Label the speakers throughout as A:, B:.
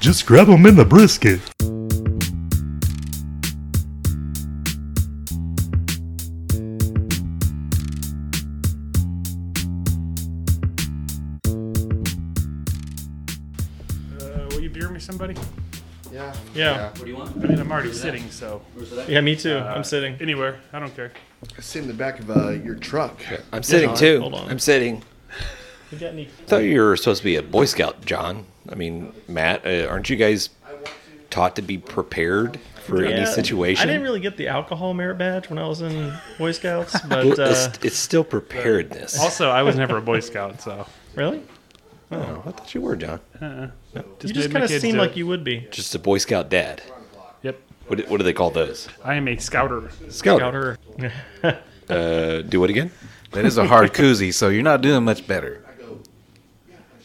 A: Just grab them in the brisket.
B: Uh, will you beer me somebody?
C: Yeah.
B: Yeah.
D: What do you want?
B: I mean, I'm already sitting, so
E: Yeah, me too.
B: Uh,
E: I'm sitting.
B: anywhere. I don't care.
C: I see in the back of uh, your truck.
F: I'm sitting
C: John,
F: too.
E: hold on.
F: I'm sitting.
E: You got any?
F: I thought you were supposed to be a Boy Scout, John. I mean, Matt, uh, aren't you guys taught to be prepared for
E: Yeah,
F: any situation?
E: I didn't really get the alcohol merit badge when I was in Boy Scouts, but
F: Well,
E: uh,
F: it's, it's still preparedness.
B: Also, I was never a Boy Scout, so
E: really,
F: oh, I thought you were, John.
E: you
B: made
E: just
B: my
E: kind of
B: kids
E: seem
B: do
E: like
B: it.
E: you would be.
F: Just a Boy Scout dad.
B: Yep,
F: What, do- what do they call those?
B: I am a scouter.
F: Scouter.
E: Outer.
F: Uh, do what again?
D: That is a hard koozie, so you're not doing much better.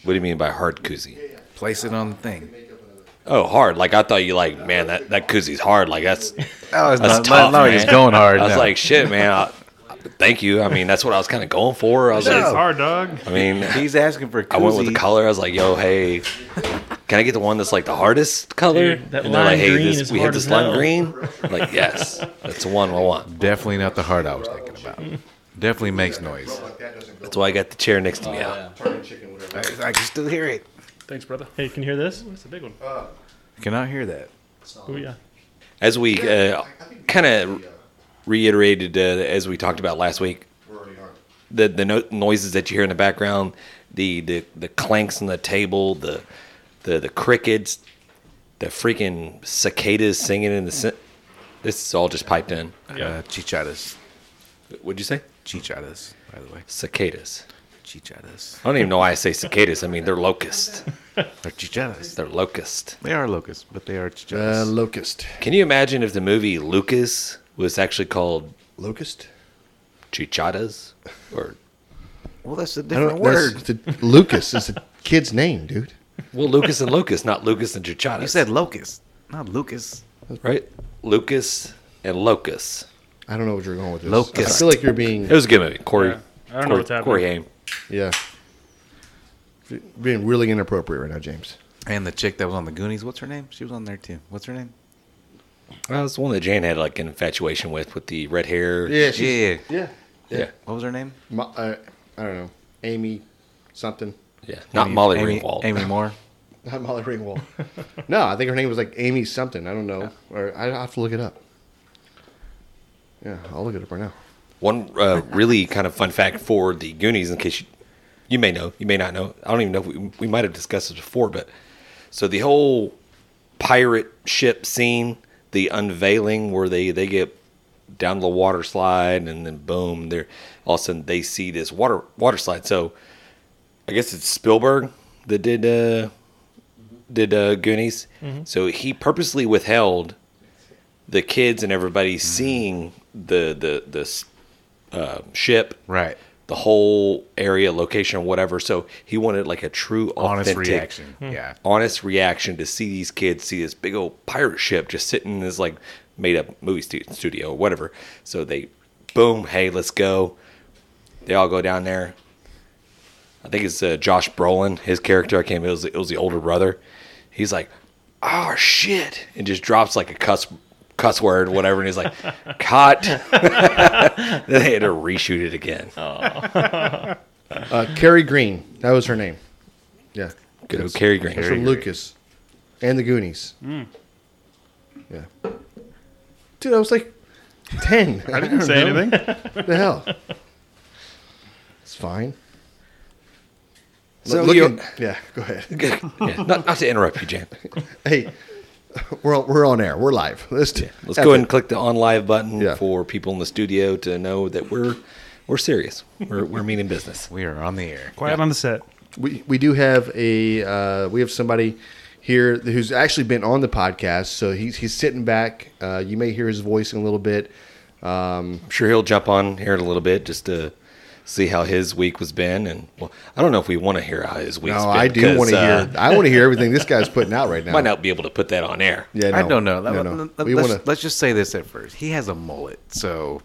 F: What do you mean by hard koozie?
D: Place it on the thing.
F: Oh, hard. Like I thought you like, man, that that koozie's hard. Like that's
D: Oh, it's
F: That's
D: not,
F: tough,
D: no,
F: man.
D: he's going hard.
F: I was
D: now.
F: like, shit, man. I, thank you. I mean, that's what I was kind of going for. I was
B: It's
F: like,
B: hard, dog.
F: I mean,
D: he's asking for. Koozie.
F: I went with the color. I was like, yo, hey, can I get the one that's like the hardest color?
E: Dude, that
F: And they're
E: lime
F: like, hey,
E: green
F: this,
E: is
F: we
E: hard
F: had this
E: as
F: lime
E: hell.
F: green. I'm like, yes, that's the one I want.
D: Definitely not the heart I was thinking about. Definitely makes noise.
F: That's why I got the chair next to me out.
D: I, I can still hear it.
B: Thanks, brother.
E: Hey, can you hear this?
B: That's a big one.
D: I cannot hear that.
E: Oh yeah.
F: As we uh, kind of reiterated, uh, as we talked about last week, the the no- noises that you hear in the background, the the the clanks on the table, the the the crickets, the freaking cicadas singing in the. Cin- this is all just piped in.
D: Uh, chichadas,
F: What'd you say?
D: chichadas. By the way,
F: Cicadas.
D: chichadas.
F: I don't even know why I say cicadas. I mean, they're locusts.
D: They're chichadas.
F: They're locust.
D: They are locusts, but they are
C: Uh,
D: chichadas.
C: locust.
F: Can you imagine if the movie Lucas was actually called
C: Locust?
F: Chichadas? Or
D: well, that's a
C: I
D: different
C: don't
D: word.
C: that's- the- Lucas is a kid's name, dude.
F: well, Lucas and Locust, not Lucas and Chichadas.
D: You said locust, not Lucas.
F: right? Lucas and Locust.
C: I don't know what you're going with this.
D: Locust.
C: I feel like you're being
F: It was a good movie. Corey.
B: Yeah. I don't know
F: Corey,
B: what's happening.
F: Corey Haim.
C: yeah. Being really inappropriate right now, James.
D: And the chick that was on the Goonies, what's her name? She was on there too. What's her name?
F: That was one that Jan had like an infatuation with, with the red hair.
C: she's-
D: yeah.
C: Yeah.
F: yeah,
D: What was her name?
C: Mo- uh, I don't know. Amy something.
F: yeah. Not
D: Amy-
F: Molly
D: Amy,
F: Ringwald.
D: Amy Moore.
C: Not Molly Ringwald. no, I think her name was like Amy something. I don't know. Or I I'll have to look it up. Yeah, I'll look it up right now.
F: One uh, really kind of fun fact for the Goonies, in case you, you may know, you may not know. I don't even know if we, we might have discussed this before, but so the whole pirate ship scene, the unveiling where they, they get down the water slide and then boom, they're all of a sudden they see this water water slide. So I guess it's Spielberg that did uh, did uh, Goonies.
D: Mm-hmm.
F: So he purposely withheld the kids and
D: Mm-hmm.
F: everybody seeing the the the s- uh, ship,
D: Right.
F: the whole area, location, whatever. So he wanted like a true,
D: Honest
F: authentic,
D: reaction. Yeah.
F: honest reaction to see these kids see this big old pirate ship just sitting in this like made up movie stu- studio or whatever. So they, boom, hey, let's go. They all go down there. I think it's uh, Josh Brolin, his character. I can't. It was it was the older brother. He's like, oh shit, and just drops like a cuss cuss word, whatever, and he's like, caught. then they had to reshoot it again.
C: Uh, Carrie Green. That was her name. Yeah.
F: Good old Cary Green.
C: It's from Lucas and the Goonies. Yeah. Dude, I was like 10. I didn't
B: Say anything?
C: What the hell? It's fine.
F: So
C: Look-
F: you-
C: looking- yeah, go ahead.
F: Yeah, not, not to interrupt you, Jan.
C: Hey, we're, on- we're on air. We're live. Let's, do-
F: Let's
C: F
F: go
C: it.
F: ahead and click the on live button
C: Yeah.
F: for people in the studio to know that we're we're serious. We're we're meaning business.
D: We are on the air.
B: Quiet on the set.
C: we we do have a uh, we have somebody here who's actually been on the podcast, so he's he's sitting back. Uh, you may hear his voice in a little bit.
F: I'm sure he'll jump on here in a little bit just to see how his week was been. And well, I don't know if we want to hear how his week's
C: No,
F: been.
C: I do
F: because,
C: want to
F: uh,
C: hear. I want to hear everything this guy's putting out right now.
F: Might not be able to put that on air.
C: Yeah,
D: I don't know.
C: No,
D: Let,
C: no.
D: let-
C: We
D: let's,
C: want to.
D: let's just say this at first. He has a mullet, so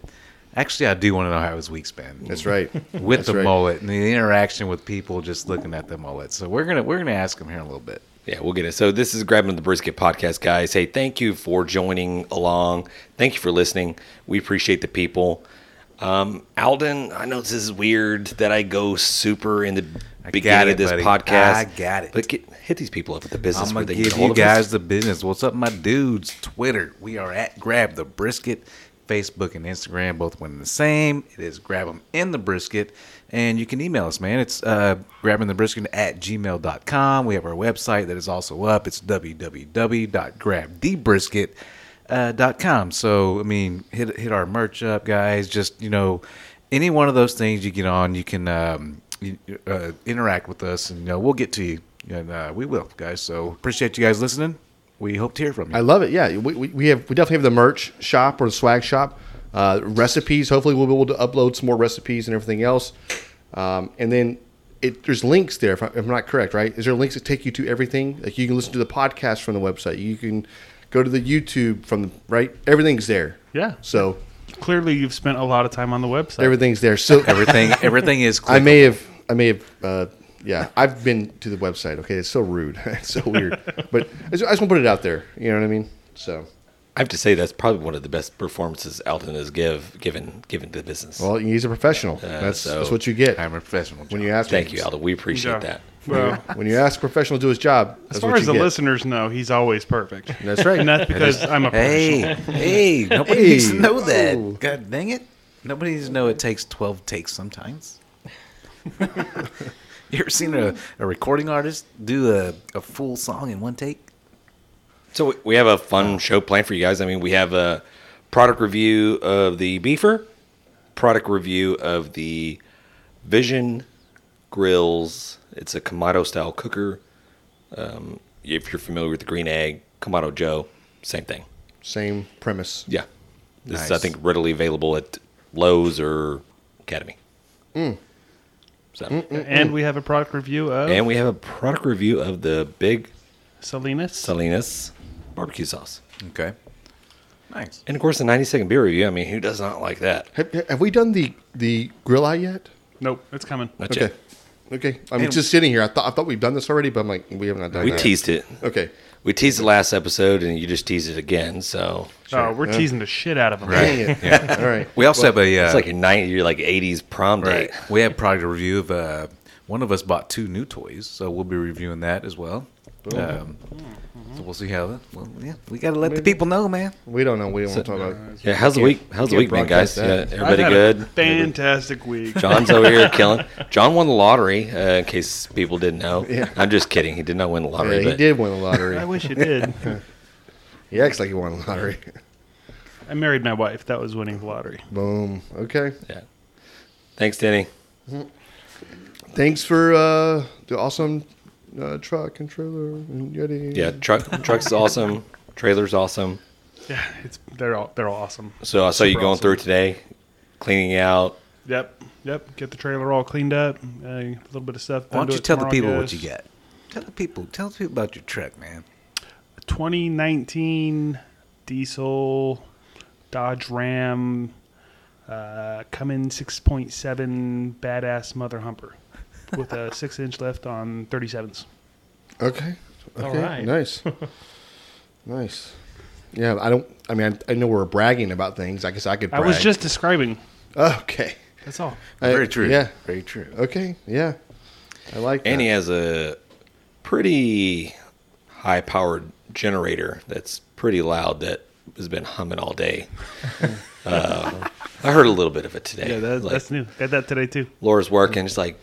D: actually, I do want to know how his week's been.
C: That's right.
D: With
C: That's
D: the
C: right.
D: mullet and the interaction with people just looking at the mullet. So we're gonna we're gonna ask him here in a little bit.
F: Yeah, we'll get it. So this is Grabbing the Brisket podcast, guys. Hey, thank you for joining along. Thank you for listening. We appreciate the people. Um, Alden, I know this is weird that I go super in the
D: I got
F: beginning
D: it,
F: of this
D: buddy.
F: podcast.
D: I got it.
F: But get, hit these people up at the business
D: I'm
F: where
D: gonna
F: they can get
D: give
F: hold
D: you
F: of us.
D: guys the business. What's up, my dudes? Twitter. We are at Grab the Brisket. Facebook and Instagram both one and the same. It is Grab 'em in the Brisket. And you can email us, man. It's uh, grabbingthebrisket at gmail.com. We have our website that is also up. It's www.grabthebrisket.com uh, dot com. So I mean, hit hit our merch up, guys. Just you know, any one of those things you get on, you can um, you, uh, interact with us, and you know, we'll get to you, and uh, we will, guys. So appreciate you guys listening. We hope to hear from you.
C: I love it. Yeah, we, we, we have we definitely have the merch shop or the swag shop uh, recipes. Hopefully, we'll be able to upload some more recipes and everything else. Um, and then it, there's links there. If, I, if I'm not correct, right? Is there links that take you to everything? Like you can listen to the podcast from the website. You can go to the YouTube from the right. Everything's there.
B: Yeah.
C: So
B: Clearly, you've spent a lot of time on the website.
C: everything's there. So
D: everything everything is.
C: I may have, I may have, uh, yeah, I've been to the website. Okay, it's so rude, it's so weird, but I just, I just want to put it out there. You know what I mean? So,
F: I have to say that's probably one of the best performances Alden has give given given to the business.
C: well, he's a professional. that's
F: so-
C: that's what you get
D: I'm a professional.
C: when you ask.
F: Thank you, Alden. We appreciate
B: Yeah.
F: that.
B: Well,
C: When you ask a professional to do his job, that's
B: as far
C: what
B: as the
C: you get.
B: listeners know, he's always perfect.
C: That's right.
B: And that's because I'm a
D: Hey,
B: professional.
D: hey! Nobody
C: Hey.
D: needs to know that.
C: Oh.
D: God dang it! Nobody needs to know it takes twelve takes sometimes. you ever seen a, a recording artist do a, a full song in one take?
F: So we- we have a fun show planned for you guys. I mean, we have a product review of the Beefer, product review of the Vision Grills. It's a Kamado style cooker. Um, if you're familiar with the Green Egg, Kamado Joe, same thing.
C: Same premise.
F: Yeah, this is I
D: Nice.
F: think readily available at Lowe's or Academy. So,
B: And we have a product review
C: Oh.
B: of
F: and we have a product review of the Big
B: Salinas.
F: Salinas barbecue sauce,
D: Okay. Nice.
F: and of course the 90 second beer review. I mean, who does not like that?
C: Have, have we done the the grill eye yet?
B: nope, it's coming.
F: That's
C: okay.
F: it.
C: Okay, I'm
D: And-
C: just sitting here. I thought I thought we've done this already, but I'm like, we have not done.
F: We
C: that.
F: teased it.
C: Okay,
F: We teased the last episode, and you just teased it again. So
B: Oh, we're teasing the shit out of him.
D: Right.
C: dang it. All right.
D: We also have a. Uh,
F: it's like your ninety, your like eighties prom
D: right.
F: date.
D: We have product review of. Uh, one of us bought two new toys, so we'll be reviewing that as well. Um,
F: Mm-hmm.
D: So we'll see how that. Well, yeah, we gotta let the people know, man.
C: We don't know. We don't want to talk about.
F: Yeah, how's the week? How's the
C: can't
F: week been, guys?
C: broadcast that.
F: Yeah,
B: I've
F: everybody
B: had a
F: good.
B: fantastic week.
F: John's over here killing. John won the lottery. Uh, in case people didn't know, I'm just kidding. He did not win the lottery.
C: Yeah, he
F: but
C: did win the lottery.
B: I wish it did.
C: He acts like he won the lottery.
B: I married my wife. That was winning the lottery.
C: Boom. Okay.
F: Yeah. Thanks, Denny.
C: Thanks for uh, the awesome uh, truck and trailer and Yeti.
F: Yeah, truck truck's awesome. Trailer's awesome.
B: Yeah, it's they're all they're all awesome.
F: So I saw you
B: Super
F: going
B: awesome.
F: through today, cleaning out.
B: Yep, yep. Get the trailer all cleaned up. Uh, a little bit of stuff.
D: Why
B: done
D: don't
B: to
D: you
B: it
D: tell the
B: tomorrow,
D: people
B: I
D: what you
B: guess.
D: got? Tell the people. Tell the people about your truck, man.
B: 2019 diesel Dodge Ram uh, Cummins 6.7 badass mother humper with a six inch lift on 37s.
C: Okay. Okay.
E: All right.
C: Nice. nice. Yeah, I don't. I mean, I, I know we're bragging about things. I guess I could.
B: I
C: Brag.
B: was just describing.
C: okay.
B: That's all.
C: I-
D: Very true.
C: Yeah.
D: Very true.
C: Okay. Yeah. I like
F: And he
C: that.
F: has a pretty high powered generator that's pretty loud that has been humming all day. uh, I heard a little bit of it today.
B: Yeah, that,
F: Like,
B: that's new. Got that today too.
F: Laura's working. She's like,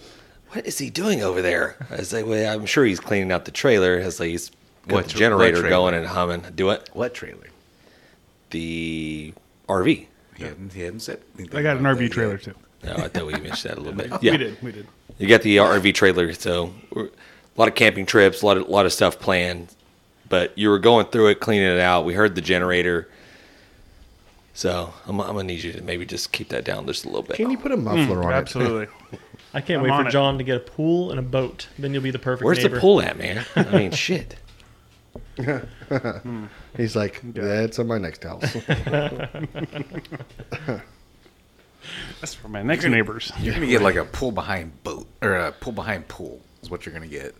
F: what is he doing over there? I was like, well, I'm sure he's cleaning out the trailer. As like, he's got
D: What
F: the
D: tr- what
F: generator
D: trailer?
F: going and humming. Do it.
D: What trailer?
F: The RV.
D: He hadn't, he hadn't said. anything
B: I got an
D: about that
B: RV
D: yet.
B: trailer too.
F: No, I thought we mentioned that a little bit. Yeah,
B: We did. We did.
F: You got the RV trailer, so we're- a lot of camping trips, a lot of lot of stuff planned. But you were going through it, cleaning it out. We heard the generator, so I'm, I'm gonna need you to maybe just keep that down just a little bit.
C: Can you put a
B: Hmm,
C: muffler on
B: Absolutely.
E: I can't
B: I'm
E: wait
B: on
E: for
B: it.
E: John to get a pool and a boat. Then you'll be the perfect
F: Where's
E: neighbor.
F: the pool at, man? I mean, shit.
C: it? He's like, that's on my next house.
B: That's for my next neighbors.
D: You're gonna get like a pull behind boat or a pull behind pool is what you're gonna get.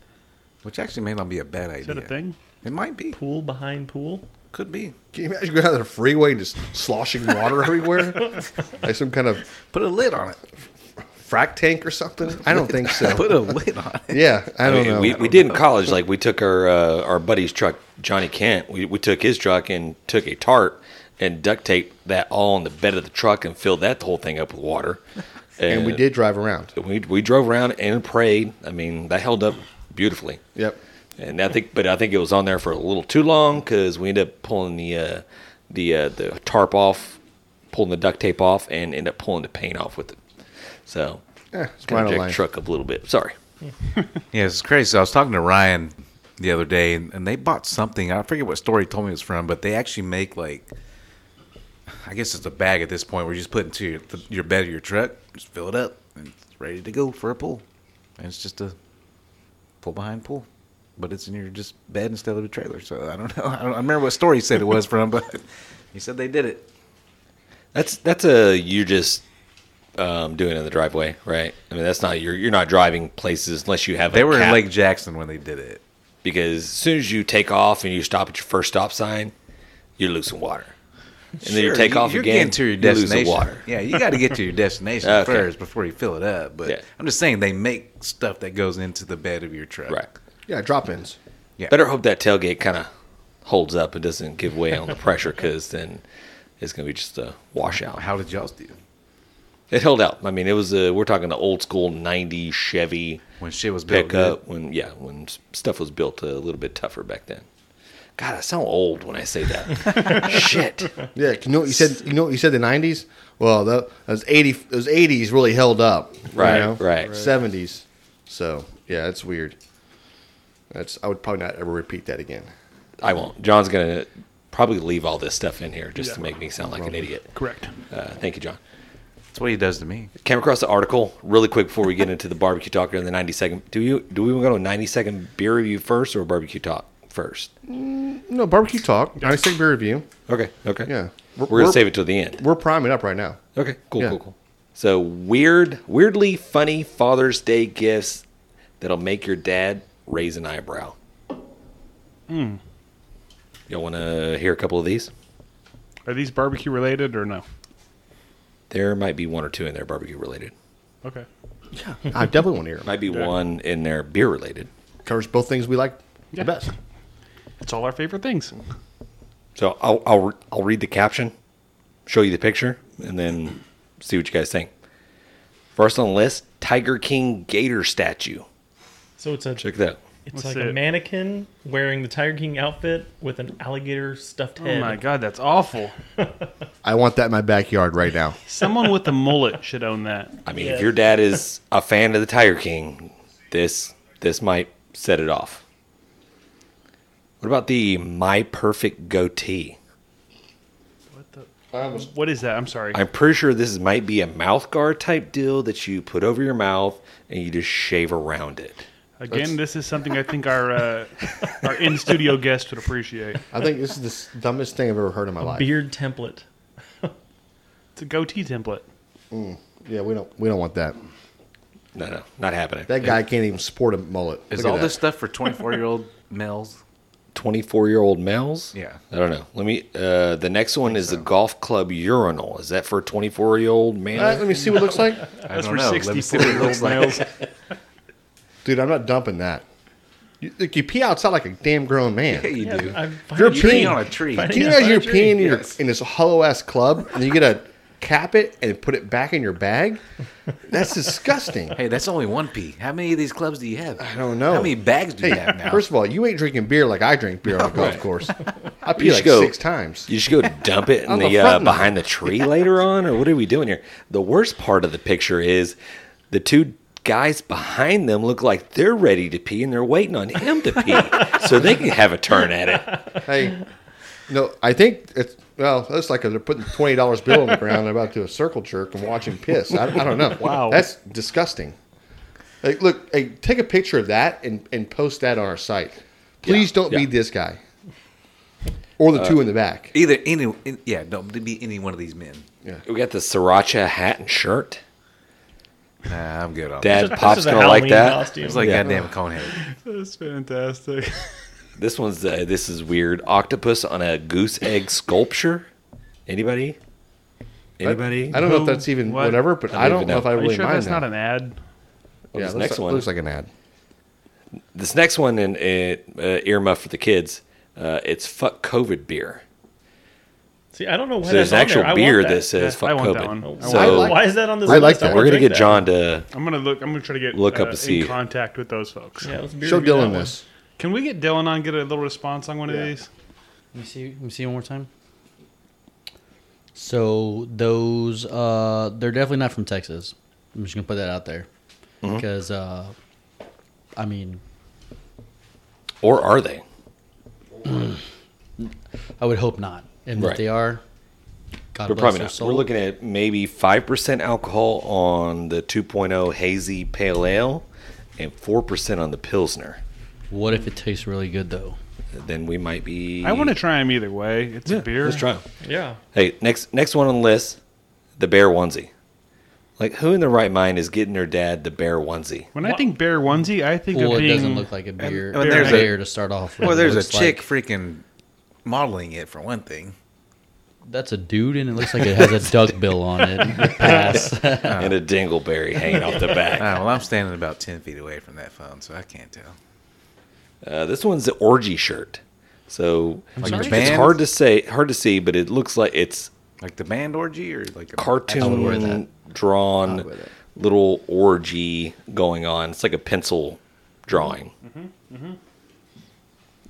D: which actually may not be a bad idea.
B: Is that a thing?
D: It might be.
E: Pool behind pool.
D: Could be.
C: Can you imagine going down the freeway and just sloshing water everywhere, like some kind of
D: Put a lid on it.
C: frack tank or something? I don't think so.
D: Put a lid on it.
C: Yeah, I don't know.
F: We, we did in college. Like we took our uh, our buddy's truck, Johnny Kent. We, we took his truck and took a tarp and duct taped that all on the bed of the truck and filled that whole thing up with water.
C: and we did drive around.
F: We we drove around and prayed. I mean, that held up beautifully.
C: Yep.
F: And I think, but I think it was on there for a little too long because we ended up pulling the uh, the uh, the tarp off, pulling the duct tape off, and ended up pulling the paint off with it. So,
C: Eh, it's
F: kind
C: minor
F: of jacked
C: life.
F: the truck up a little bit. Sorry.
D: Yeah, it's crazy. I was talking to Ryan the other day, and, and they bought something. I forget what store he told me it was from, but they actually make like, I guess it's a bag at this point where you just put it into your, th- your bed of your truck, just fill it up, and it's ready to go for a pool. And it's just a pull behind pool, but it's in your just bed instead of a trailer. So I don't know. I, don't, I remember what store he said it was from, but he said they did it.
F: That's that's a you're just um, doing it in the driveway, right? I mean, that's not you're you're not driving places unless you have.
D: They
F: a
D: were in
F: cap,
D: Lake Jackson when they did it.
F: because as soon as you take off and you stop at your first stop sign, you're losing water, and then you
D: Sure,
F: take off
D: you're
F: again
D: getting to your
F: you're losing
D: destination.
F: water.
D: Yeah, you got to get to your destination
F: Okay.
D: first before you fill it up. But
F: Yeah.
D: I'm just saying they make stuff that goes into the bed of your truck.
F: Right.
C: Yeah, drop ins.
D: Yeah.
F: Better hope that tailgate kind of holds up and doesn't give way on the pressure because then it's gonna be just a washout.
D: How did y'all do?
F: It held out. I mean, it was a, we're talking the old school '90 Chevy
D: When shit was built good.
F: pickup when yeah when s- stuff was built a little bit tougher back then. God, I sound old when I say that. Shit.
C: Yeah, you know what you said. You know what you said. The nineties. Well, tho- those eighty, those eighties really held up. you
F: Right,
C: know?
F: right. Right.
C: Seventies. So yeah, it's weird. That's. I would probably not ever repeat that again.
F: I won't. John's gonna probably leave all this stuff in here just to
B: Yeah.
F: make me sound like an idiot.
B: Correct.
F: Uh, thank you, John.
D: That's what he does to me.
F: Came across the article really quick before we get into the barbecue talk during the ninety second. Do you do we want to go to ninety second beer review first or barbecue talk first?
C: No barbecue talk. Ninety second beer review.
F: Okay. Okay.
C: Yeah. We're-
F: We're, gonna
C: we're-
F: save it till the end.
C: We're priming up right now.
F: Okay, cool,
C: Yeah.
F: cool, cool. So weird, weirdly funny Father's Day gifts that'll make your dad raise an eyebrow.
C: Hmm.
F: Y'all want to hear a couple of these?
B: Are these barbecue related or no?
F: There might be one or two in there barbecue related.
B: Okay.
C: I definitely want to hear 'em.
F: Might be one in there beer related.
C: Covers both things we like
B: Yeah.
C: the best.
B: It's all our favorite things. Oh
F: So I'll I'll I'll read the caption, show you the picture, and then see what you guys think. First on the list, Tiger King gator statue.
E: So it's a
F: Check that. out.
E: it's
B: What's
E: like
B: it?
E: a mannequin wearing the Tiger King outfit with an alligator stuffed
B: Oh
E: head.
B: my god, that's awful.
C: I want that in my backyard right now.
B: Someone with a mullet should own that.
F: I mean, if
E: Yeah.
F: your dad is a fan of the Tiger King, this this might set it off. What about the my perfect goatee?
B: What the?
C: I was
B: What is that? I'm sorry.
F: I'm pretty sure this is, might be a mouth guard type deal that you put over your mouth and you just shave around it.
B: Again, this is something I think our uh, our in studio guest would appreciate.
C: I think this is the s- dumbest thing I've ever heard in my life.
E: beard template.
B: It's a goatee template.
C: Yeah, we don't we don't want that.
F: No, no, not happening.
C: That guy can't even sport a mullet.
D: Is
C: Look at
D: all
C: that.
D: this stuff for 24 year old males?
F: 24 year old males?
D: Yeah.
F: I don't know. Let me. Uh, the next one is a golf club urinal. Is that for 24 year
C: All
F: old
C: right,
F: man?
C: Uh, let me see what it looks like.
D: I
B: That's for
D: don't know. Let me see what it
B: 64
D: looks like.
B: males.
C: Dude, I'm not dumping that. You, like, you pee outside like a damn grown man.
D: Yeah, you
E: Yeah,
D: do.
E: I'm
C: You're
E: finding-
D: You pee
C: peeing
D: on a tree.
E: Fine.
C: Can you
E: Yeah,
C: imagine you're
E: fine, tree,
C: peeing in, your,
D: yes.
C: in this hollow ass club and you get to cap it and put it back in your bag? That's disgusting.
D: Hey, that's only one pee. How many of these clubs do you have? I
C: don't know.
D: How many bags do you
C: Hey,
D: have now?
C: first of all, you ain't drinking beer like I drink beer on a golf
F: Right.
C: course. I pee
F: You
C: like
F: should go-
C: six times.
F: You should go dump it in
C: On
F: the,
C: the
F: uh,
C: front lawn.
F: behind the tree later on, or what are we doing here? The worst part of the picture is the two guys behind them look like they're ready to pee and they're waiting on him to pee so they can have a turn at it.
C: Hey, no, I think it's well. It's like they're putting twenty dollars bill on the ground. and about to do a circle jerk and watch him piss. I, I don't know.
B: Wow.
C: that's disgusting. Like, look, hey, take a picture of that and, and post that on our site. Please
F: Yeah,
C: don't
F: yeah.
C: be this guy or the two in the back.
D: Either any, in- yeah, don't be any one of these men.
F: We got the sriracha hat and shirt.
D: Nah, I'm good on that.
F: Dad,
E: This is
F: Pop's
E: a
F: gonna like
E: Halloween
F: that.
E: costume.
D: It's like
C: Yeah.
D: goddamn conehead.
B: That's fantastic.
F: This one's uh, this is weird. Octopus on a goose egg sculpture. Anybody? Anybody?
C: I don't know if
B: Who?
C: that's even
B: What?
C: whatever, but I
F: don't
C: don't
F: even
C: know
F: know.
C: if I
B: Are you
C: really
B: sure
C: mind
B: that's
C: that.
B: not an ad?
F: Well,
C: yeah,
F: this
C: looks
F: next
C: like,
F: one.
C: looks like an ad.
F: This next one in uh, uh, earmuff for the kids. Uh, it's fuck COVID beer.
E: See, I don't know why
F: So there's an
E: that's on
F: actual
E: there. I
F: beer
E: want
F: that.
E: that.
F: says
B: Yeah,
F: fuck
B: I want that
F: COVID.
B: one.
E: Why-
F: So
C: I like-
E: why is that on this?
C: I like
E: list?
C: that.
E: wanna
F: we're gonna
E: drink
F: get
E: that.
F: John to.
B: I'm gonna look. I'm gonna try to get
F: Look up
B: uh,
F: to see.
B: in contact with those folks.
E: Yeah, let's beer
C: Show
E: review that
C: Dylan
E: one.
C: this.
B: Can we get Dylan on? Get a little response on one of these.
A: Let me see. Let me see one more time. So those, uh, they're definitely not from Texas. I'm just gonna put that out there
F: Mm-hmm.
A: because, uh, I mean,
F: Or are they?
A: I would hope not. And
F: Right.
A: if they are, God
F: We're
A: bless
F: probably
A: their
F: not.
A: soul.
F: We're looking at maybe 5% alcohol on the 2.0 hazy pale ale and 4% on the Pilsner.
A: what if it tastes really good though?
F: Then we might be.
B: I want to try them either way. It's a beer.
F: Let's try 'em.
E: Yeah.
F: Hey, next next one on the list the bear onesie. Like, who in their right mind is getting their dad the bear onesie?
B: When I think bear onesie, I think
A: Well,
B: of
A: it
B: being.
A: doesn't look like a beer.
D: and
A: beer
D: there's a-
A: to start off. with.
D: Well,
A: It
D: there's a
A: looks
D: chick
A: like-
D: freaking modeling it for one thing.
A: that's a dude, and it looks like it has a duck bill on it. Pass.
F: and a dingleberry hanging off the back.
D: Ah, well, I'm standing about ten feet away from that phone, so I can't tell.
F: Uh, this one's the orgy shirt. So
D: Like
A: sorry?
D: the
F: it's
D: band,
F: hard to say, hard to see, but it looks like it's
D: like the band orgy or like a
A: wear that.
F: cartoon drawn little orgy going on. It's like a pencil drawing.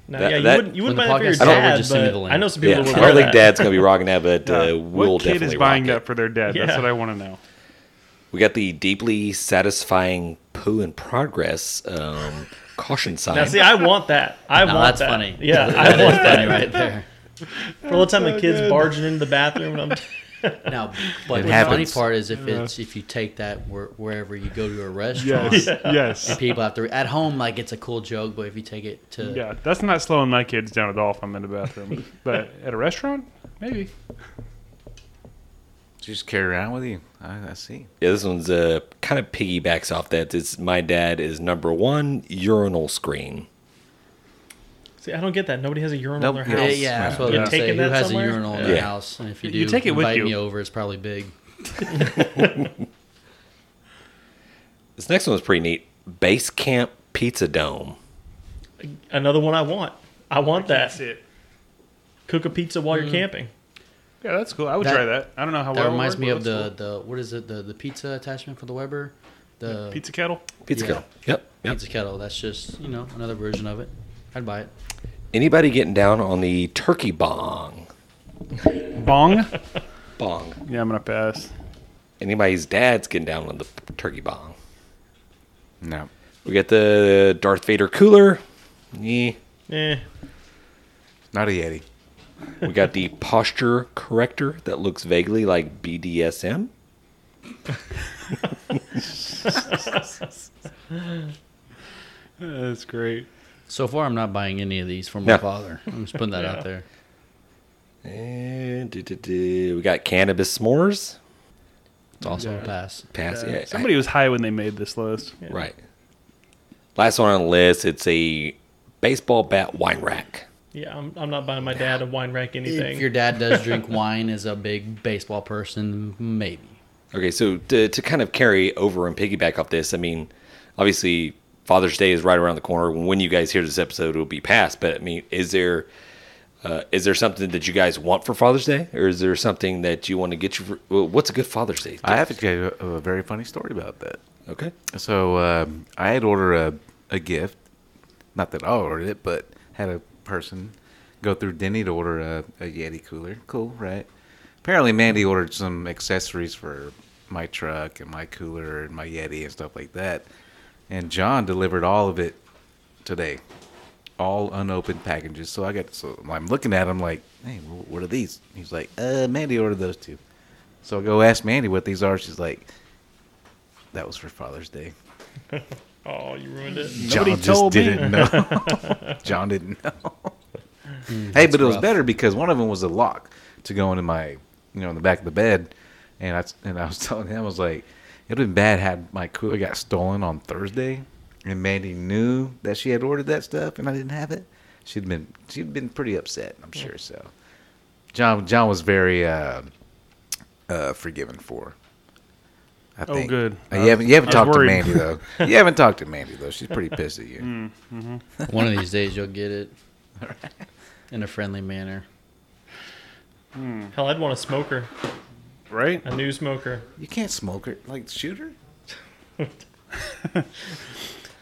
E: No,
F: That-
E: yeah,
F: that-
E: you wouldn't, you wouldn't
A: When
E: buy
A: the
E: that for your
A: podcast is over,
E: dad,
A: just
E: but
A: send me the link.
E: I know some
F: Yeah,
E: people
F: I
E: would
F: don't
E: wear
F: think
E: that.
F: Dad's gonna be rocking that, but
B: Yeah.
F: uh, we'll
B: what kid
F: definitely
B: is buying
F: rock
B: that
F: it.
B: for their dad? That's
E: Yeah.
B: what I want to know.
F: We got the deeply satisfying poo in progress um, caution sign.
E: Now, see, I want that. I
A: Now,
E: want
A: that's
E: that.
A: funny.
E: Yeah, I
A: that is
E: want that.
A: funny right there.
E: For all the time the kids barging into the bathroom, and I'm
A: Now, but the funny
D: happens.
A: part is if it's if you take that where, wherever you go to a restaurant,
B: Yes. Yes.
A: people have to at home like it's a cool joke, but if you take it to
B: Yeah, that's not slowing my kids down at all if I'm in the bathroom. but at a restaurant, maybe.
D: Just carry around with you. I, I see.
F: Yeah, this one's uh, kind of piggybacks off that. It's my dad is number one urinal screen.
E: See, I don't get that. Nobody has a urinal
D: Nope.
E: in
A: yeah,
E: their house.
A: yeah, that's what
E: You
A: I was gonna
E: taking
A: say. Who
E: that
A: has
E: somewhere?
A: a urinal in their
F: Yeah.
A: house? And if you do,
B: You take it with
A: invite
B: you.
A: me over. It's probably big.
F: This next one was pretty neat. Base camp pizza dome.
E: Another one I want. I want that.
B: That's it.
E: Cook a pizza while
A: Mm.
E: you're camping.
B: Yeah, that's cool. I would
A: That-
B: try that. I don't know how
A: That
B: well it
A: reminds
B: worked,
A: me
B: but
A: of the,
B: that's
A: the what is it the the pizza attachment for the Weber, the
B: cool. pizza kettle.
F: Pizza
A: Yeah.
F: dome. Yep. yep.
A: pizza kettle. That's just you know another version of it. I'd buy it.
F: Anybody getting down on the turkey bong?
B: Bong.
F: Bong.
B: yeah, I'm gonna pass.
F: Anybody's dad's getting down on the turkey bong.
D: No.
F: We got the Darth Vader cooler. Yeah.
E: Eh.
D: Not a Yeti.
F: We got the posture corrector that looks vaguely like BDSM.
B: That's great.
A: So far, I'm not buying any of these for my
F: No.
A: father. I'm just putting that out there.
F: And duh, duh, duh. we got cannabis s'mores.
A: It's also a pass.
F: Pass yeah, I-
B: Somebody was high when they made this list.
F: right. Last one on the list. It's a baseball bat wine rack.
E: Yeah, I'm, I'm not buying my dad a wine rack
A: If
E: anything.
A: your dad does drink wine, is a big baseball person, maybe.
F: Okay, so to, to kind of carry over and piggyback off this, I mean, obviously Father's Day is right around the corner. When you guys hear this episode, it will be past. But I mean, is there uh, is there something that you guys want for Father's Day, or is there something that you want to get you? For, well, what's a good Father's Day?
D: I have to tell you a, a very funny story about that.
F: Okay,
D: So um, I had ordered a, a gift. Not that I ordered it, but had a person go through Denny to order a, a Yeti cooler. Cool, right? Apparently, Mandy ordered some accessories for my truck and my cooler and my Yeti and stuff like that. And John delivered all of it today, all unopened packages. So I got so I'm looking at him like, hey, wh- what are these? He's like, uh, Mandy ordered those two. So I go ask Mandy what these are. She's like, that was for Father's Day.
E: oh, you ruined it.
B: Nobody
D: John just
B: told me.
D: didn't know. John didn't know. hey, but it was
A: rough.
D: better because one of them was a lock to go into my, you know, in the back of the bed, and I and I was telling him I was like, It'd have been bad had my cooler got stolen on Thursday, and Mandy knew that she had ordered that stuff, and I didn't have it. She'd been she'd been pretty upset. I'm sure so. John John was very uh, uh, forgiven for. I
B: Oh, good.
D: Uh, you haven't you haven't
B: I was
D: talked to
B: worried.
D: Mandy though. you haven't talked to Mandy though. She's pretty pissed at you.
A: One of these days you'll get it in a friendly manner.
E: Hell, I'd want a smoker,
B: Right?
E: a new smoker.
D: You can't smoke her like shoot her.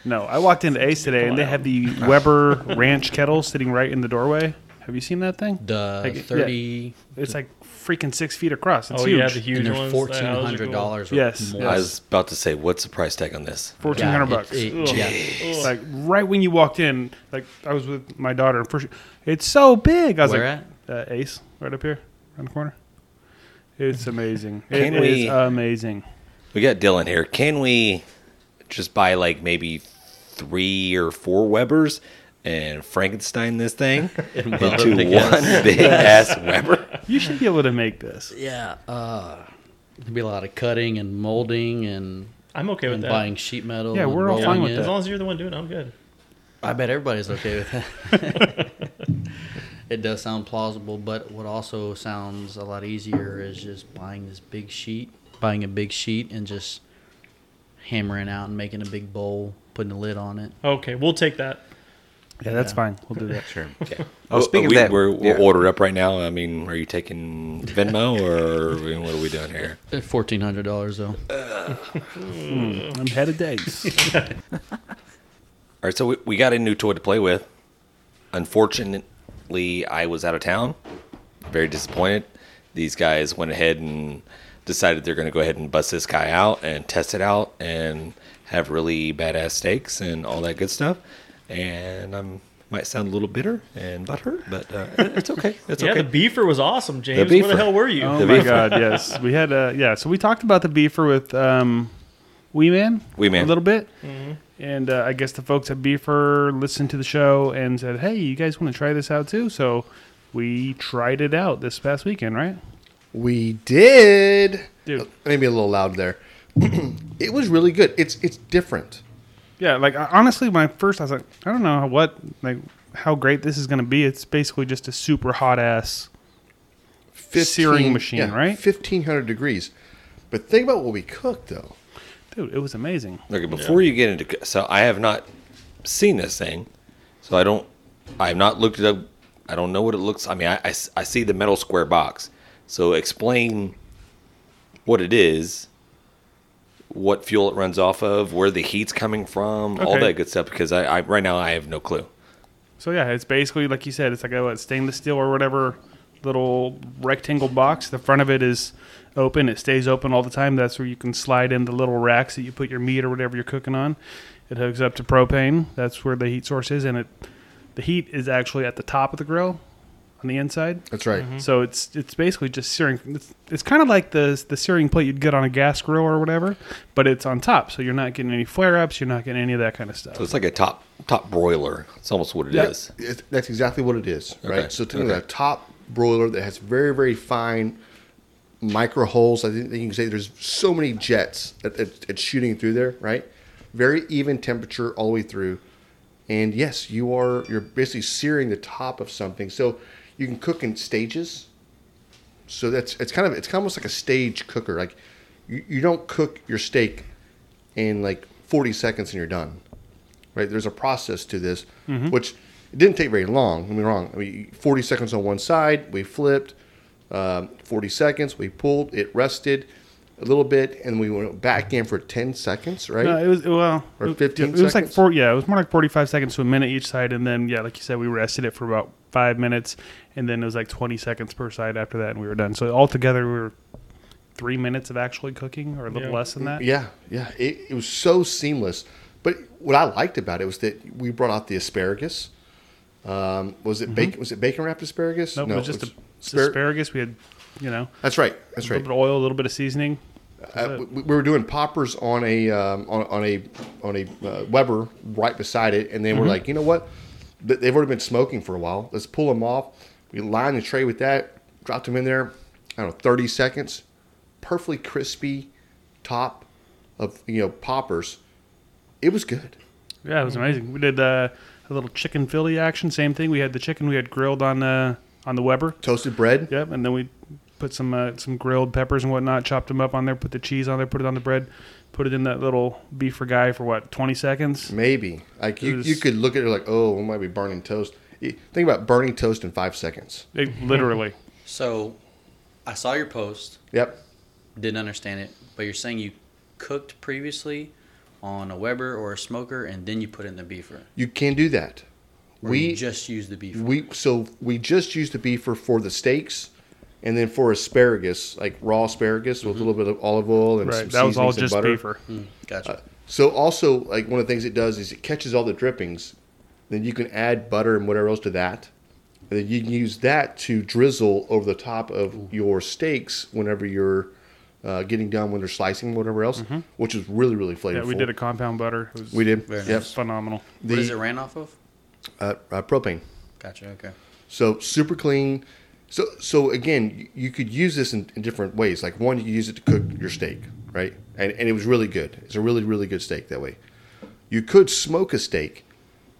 B: No, I walked into Ace today and they had the Weber Ranch kettle sitting right in the doorway. Have you seen that thing?
A: The
B: Like, yeah.
A: thirty
B: It's like freaking six feet across. It's
E: oh
B: huge.
E: yeah, the huge
A: and they're
E: ones.
A: fourteen hundred
E: dollars.
A: dollars.
B: Yes,
A: more.
F: I was about to say, what's the price tag on this?
B: Fourteen
A: Yeah,
B: hundred
A: it-
B: bucks.
A: it-
B: Ugh.
A: yeah.
B: Like right when you walked in, like I was with my daughter. And first, it's so big. I was
A: Where
B: like, Uh, Ace, right up here, around the corner. It's amazing. It is
F: Can we-
B: amazing.
F: We got Dylan here. Can we just buy like maybe three or four Webers and Frankenstein this thing
A: And weld
F: into
A: them together.
F: one big ass Weber?
B: You should be able to make this.
A: Yeah, uh, there'd be a lot of cutting and molding and,
E: I'm okay with
A: and
E: that.
A: buying sheet metal.
B: Yeah,
A: and
B: we're all
A: rolling
B: fine with
A: it.
E: As long as you're the one doing it, I'm good.
A: I bet everybody's okay with that. it does sound plausible, but what also sounds a lot easier is just buying this big sheet, buying a big sheet, and just hammering out and making a big bowl, putting a lid on it.
E: Okay, we'll take that.
B: Yeah, that's fine. We'll do that.
D: Sure.
F: Okay.
D: Oh, speaking of
F: we,
D: that,
F: we're, we'll
D: yeah.
F: order up right now. I mean, are you taking Venmo or I mean, what are we doing here?
A: Fourteen hundred dollars though.
B: I'm headed to Ace.
F: All right, so we, we got a new toy to play with. Unfortunately, I was out of town. Very disappointed. These guys went ahead and decided they're going to go ahead and bust this guy out and test it out and have really badass steaks and all that good stuff. And I might sound a little bitter and butthurt, but uh, it's okay. It's
E: yeah,
F: okay.
E: the beefer was awesome, James. Where
F: beefer.
E: the hell were you?
B: Oh
F: The
B: my
F: beef.
B: god, yes. We had a yeah. So we talked about the beefer with um, Wee Man,
F: Wee Man.
B: a little bit, and uh, I guess the folks at Beefer listened to the show and said, "Hey, you guys want to try this out too?" So we tried it out this past weekend, right?
C: We did.
B: Dude.
C: Maybe a little loud there. it was really good. It's it's different.
B: Yeah, like I- honestly, when I first I was like, I don't know what like how great this is going to be. It's basically just a super hot ass. Searing machine, right?
C: Fifteen hundred degrees. But think about what we cooked though.
B: Dude, it was amazing.
F: Okay, before you get into so I have not seen this thing, so I don't. I have not looked it up. I don't know what it looks. I mean, I, I s- I see the metal square box. So explain what it is, what fuel it runs off of, where the heat's coming from, all
B: Okay.
F: that good stuff. Because I, I right now I have no clue.
B: So yeah, it's basically like you said, it's like a what, stainless steel or whatever little rectangle box. The front of it is open; it stays open all the time. That's where you can slide in the little racks that you put your meat or whatever you're cooking on. It hooks up to propane. That's where the heat source is, and it the heat is actually at the top of the grill on the inside.
C: That's right.
B: So it's it's basically just searing. It's, it's kind of like the the searing plate you'd get on a gas grill or whatever, but it's on top, so you're not getting any flare ups. You're not getting any of that kind of stuff.
F: So it's like a top top broiler. It's almost what it is.
C: That- it- that's exactly what it is,
F: Okay.
C: right? So think
F: Okay.
C: of a top broiler that has very, very fine micro holes. I think that you can say there's so many jets that it, it's shooting through there, right? Very even temperature all the way through, and yes, you are you're basically searing the top of something. So you can cook in stages. So that's it's kind of it's kind of almost like a stage cooker. Like you, you don't cook your steak in like 40 seconds and you're done. Right? There's a process to this, which it didn't take very long. Don't get me wrong. I mean, 40 seconds on one side, we flipped. Um, 40 seconds, we pulled. It rested a little bit, and we went back in for 10 seconds. Right?
B: No, it was well,
C: Or
B: it-
C: 15
B: It was like
C: seconds?
B: four. Yeah, it was more like forty-five seconds to a minute each side, and then yeah, like you said, we rested it for about five minutes, and then it was like twenty seconds per side after that, and we were done. So altogether, we were three minutes of actually cooking, or a little
E: Yeah.
B: less than that.
C: Yeah, yeah. It, it was so seamless. But what I liked about it was that we brought out the asparagus. Um, was it bacon? Was it bacon wrapped asparagus?
B: Mm-hmm. Nope, it was just
C: it
B: a,
C: was aspar-
B: asparagus. We had, you know,
C: That's right. That's
B: a
C: right.
B: little bit of oil, a little bit of seasoning.
C: Uh, we, we were doing poppers on a um, on, on a on a uh, Weber right beside it, and then we're like, you know what? Th- They've already been smoking for a while. Let's pull them off. We lined the tray with that, dropped them in there. I don't know, thirty seconds, perfectly crispy top, of you know poppers. It was good.
B: Yeah, it was amazing. We did uh, a little chicken Philly action. Same thing. We had the chicken we had grilled on uh, on the Weber.
C: Toasted bread.
B: Yep, and then we put some uh, some grilled peppers and whatnot, chopped them up on there, put the cheese on there, put it on the bread, put it in that little beef for guy for what twenty seconds.
C: Maybe like you,
B: It was-
C: you could look at it like, oh, we might be burning toast. You- Think about burning toast in five seconds.
B: It, literally,
A: So, I saw your post,
C: Yep.
A: didn't understand it, but you're saying you cooked previously on a Weber or a smoker, and then you put it in the beefer.
C: You can do that.
A: Or
C: we
A: you just use the beefer.
C: we so we just used the beefer for the steaks, and then for asparagus, like raw asparagus with a little bit of olive oil and some
B: Mm-hmm. right? That was all
C: seasonings and
B: just
C: butter.
B: beefer.
A: gotcha.
C: So also like one of the things it does is it catches all the drippings. Then you can add butter and whatever else to that. And then you can use that to drizzle over the top of your steaks whenever you're uh, getting done when they're slicing whatever else, which is really really flavorful.
B: Mm-hmm. Yeah, we did a compound butter. It was
C: We did.
A: Very
C: Yep.
A: nice.
B: phenomenal.
A: what is
C: the-
A: it ran off of?
C: Uh, uh, propane.
A: Gotcha. Okay.
C: So super clean. So so again, you- you could use this in, in different ways. Like one, you could use it to cook your steak, right? And and it was really good. It's a really really good steak that way. You could smoke a steak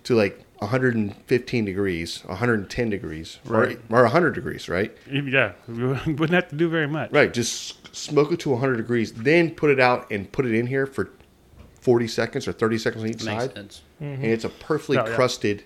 C: to like 115 degrees, 110 degrees,
B: Right.
C: or, or 100 degrees, right?
B: Yeah, we wouldn't have to do very much.
C: Right. Just s- smoke it to 100 degrees, then put it out and put it in here for 40 seconds or 30 seconds on each
A: Makes
C: side,
A: sense.
C: and it's a perfectly
B: Oh, yeah.
C: crusted,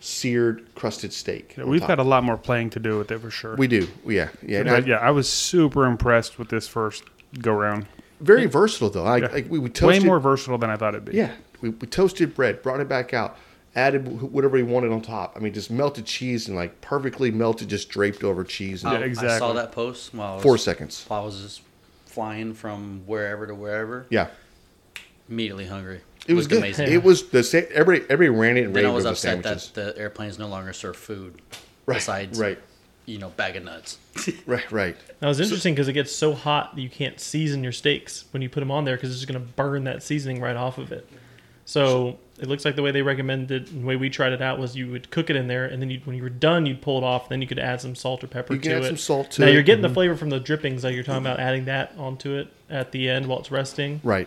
C: seared, crusted steak.
B: Yeah,
C: on
B: we've
C: top.
B: got a lot more playing to do with it for sure.
C: We do. Yeah. Yeah. and I-
B: but yeah, I was super impressed with this first go round.
C: Very versatile though. Like,
B: Yeah.
C: like we, we toasted,
B: Way more versatile than I thought it'd be.
C: Yeah, we, we toasted bread, brought it back out, added wh- whatever we wanted on top. I mean, just melted cheese and like perfectly melted, just draped over cheese. In
A: I-
B: Yeah,
A: I saw
B: exactly.
A: that post while I was,
C: Four seconds.
A: while I was just flying from wherever to wherever.
C: Yeah,
A: Immediately hungry.
C: it was
A: Looked
C: good.
A: Amazing.
C: It was the same. Everybody, everybody ran it and
A: then
C: raved
A: I was
C: over the
A: upset that
C: sandwiches.
A: the airplanes no longer serve food
C: Right,
A: besides,
C: right.
A: you know, bag of nuts.
C: Right, right.
E: Now it's interesting because it gets so hot that you can't season your steaks when you put them on there because it's going to burn that seasoning right off of it. So it looks like the way they recommended, and the way we tried it out, was you would cook it in there, and then you when you were done, you'd pull it off, then you could add some salt or pepper
C: You
E: to
C: can add
E: it.
C: some salt to
E: now
C: it. Mm-hmm.
E: you're getting the flavor from the drippings that you're talking about, adding that onto it at the end while it's resting.
C: Right.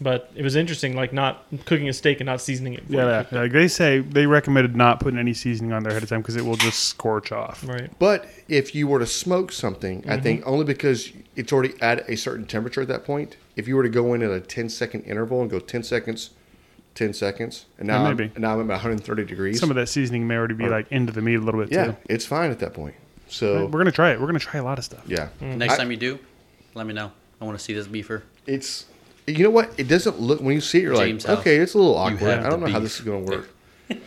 E: But it was interesting, like not cooking a steak and not seasoning it. before you
B: Yeah,
E: cooked
B: yeah. Like they say, they recommended not putting any seasoning on there ahead of time because it will just scorch off.
E: it. Right.
C: But if you were to smoke something, I
B: Mm-hmm.
C: think only because it's already at a certain temperature at that point. If you were to go in at a 10 second interval and go 10 seconds, 10 seconds, and now,
B: Yeah,
C: I'm,
B: maybe.
C: and now I'm at 130 degrees.
B: Some of that seasoning may already be like into the meat a little bit
C: yeah,
B: too.
C: it's fine at that point.
B: We're
C: So
B: gonna try it. We're gonna try a lot of stuff.
C: yeah,
A: Next
C: I-
A: time you do, let me know. I want to see this beefer.
C: it's you know what? It doesn't look when you see it, you're
A: James
C: like,
A: House.
C: okay, it's a little
A: You
C: awkward.
A: have
C: I don't know
A: the
C: how
A: beef.
C: this is going to work.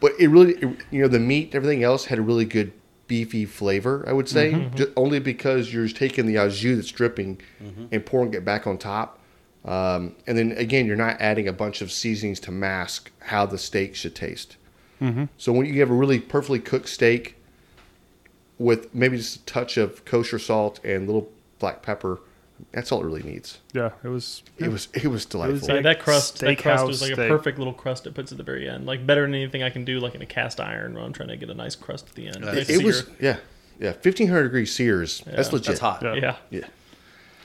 C: but it really, it- you know, the meat, everything else had a really good beefy flavor. I would say
A: Mm-hmm.
C: Ju- only because you're taking the au jus that's dripping
A: Mm-hmm.
C: and pouring it back on top. Um, and then again, you're not adding a bunch of seasonings to mask how the steak should taste.
A: Mm-hmm.
C: So when you have a really perfectly cooked steak with maybe just a touch of kosher salt and a little black pepper, that's all it really needs.
B: Yeah, it was.
C: It was it was delightful.
B: like
E: Yeah, that crust, that crust
B: steakhouse
E: was like
B: steak.
E: a perfect little crust it puts at the very end. Like better than anything I can do, like in a cast iron where I'm trying to get a nice crust at the end.
A: It-
E: Nice
C: it was
E: sear.
C: yeah yeah fifteen hundred degree sears. that's legit.
A: That's hot.
B: Yeah.
E: yeah.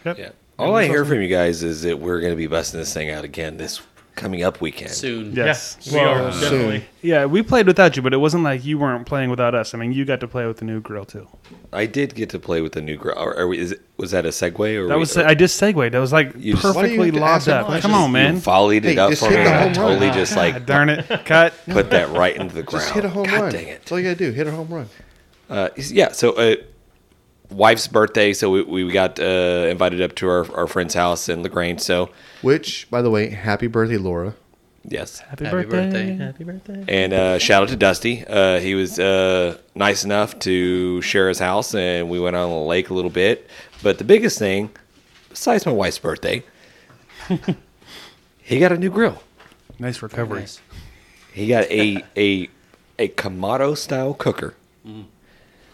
C: Yeah.
F: Yeah. All I hear from you guys is that we're going to be busting this thing out again this coming up weekend.
A: Soon.
B: Yes.
E: Yeah, we are definitely.
B: Yeah, we played without you, but it wasn't like you weren't playing without us. I mean, you got to play with the new grill too.
F: I did get to play with the new grill. Are, are we, is it, was that a segue? Or
B: That
F: we-
B: was I just segued. That was like
F: You just-
C: Why do you
B: perfectly
C: have to ask
B: lobbed
C: that
B: up.
C: question?
B: Come on,
F: you
B: man.
F: volleyed
C: Hey,
F: it up
C: just
F: for me.
C: hit the
F: and I
C: home run.
F: totally just like
B: God darn it! Cut.
F: put that right into the ground.
C: Just hit a home
F: God
C: run.
F: dang it.
C: That's all you gotta do. Hit a home run.
F: Uh, yeah. So, uh, wife's birthday. So we, we got uh, invited up to our, our friend's house in Lagrange. So
C: Which, by the way, happy birthday, Laura.
F: yes.
B: Happy,
A: Happy
B: birthday.
A: birthday.
E: Happy birthday.
F: And uh, shout out to Dusty. Uh, he was uh, nice enough to share his house, and we went on the lake a little bit. But the biggest thing, besides my wife's birthday, he got a new grill.
B: Nice recovery.
A: Nice.
F: He got a a a Kamado style cooker.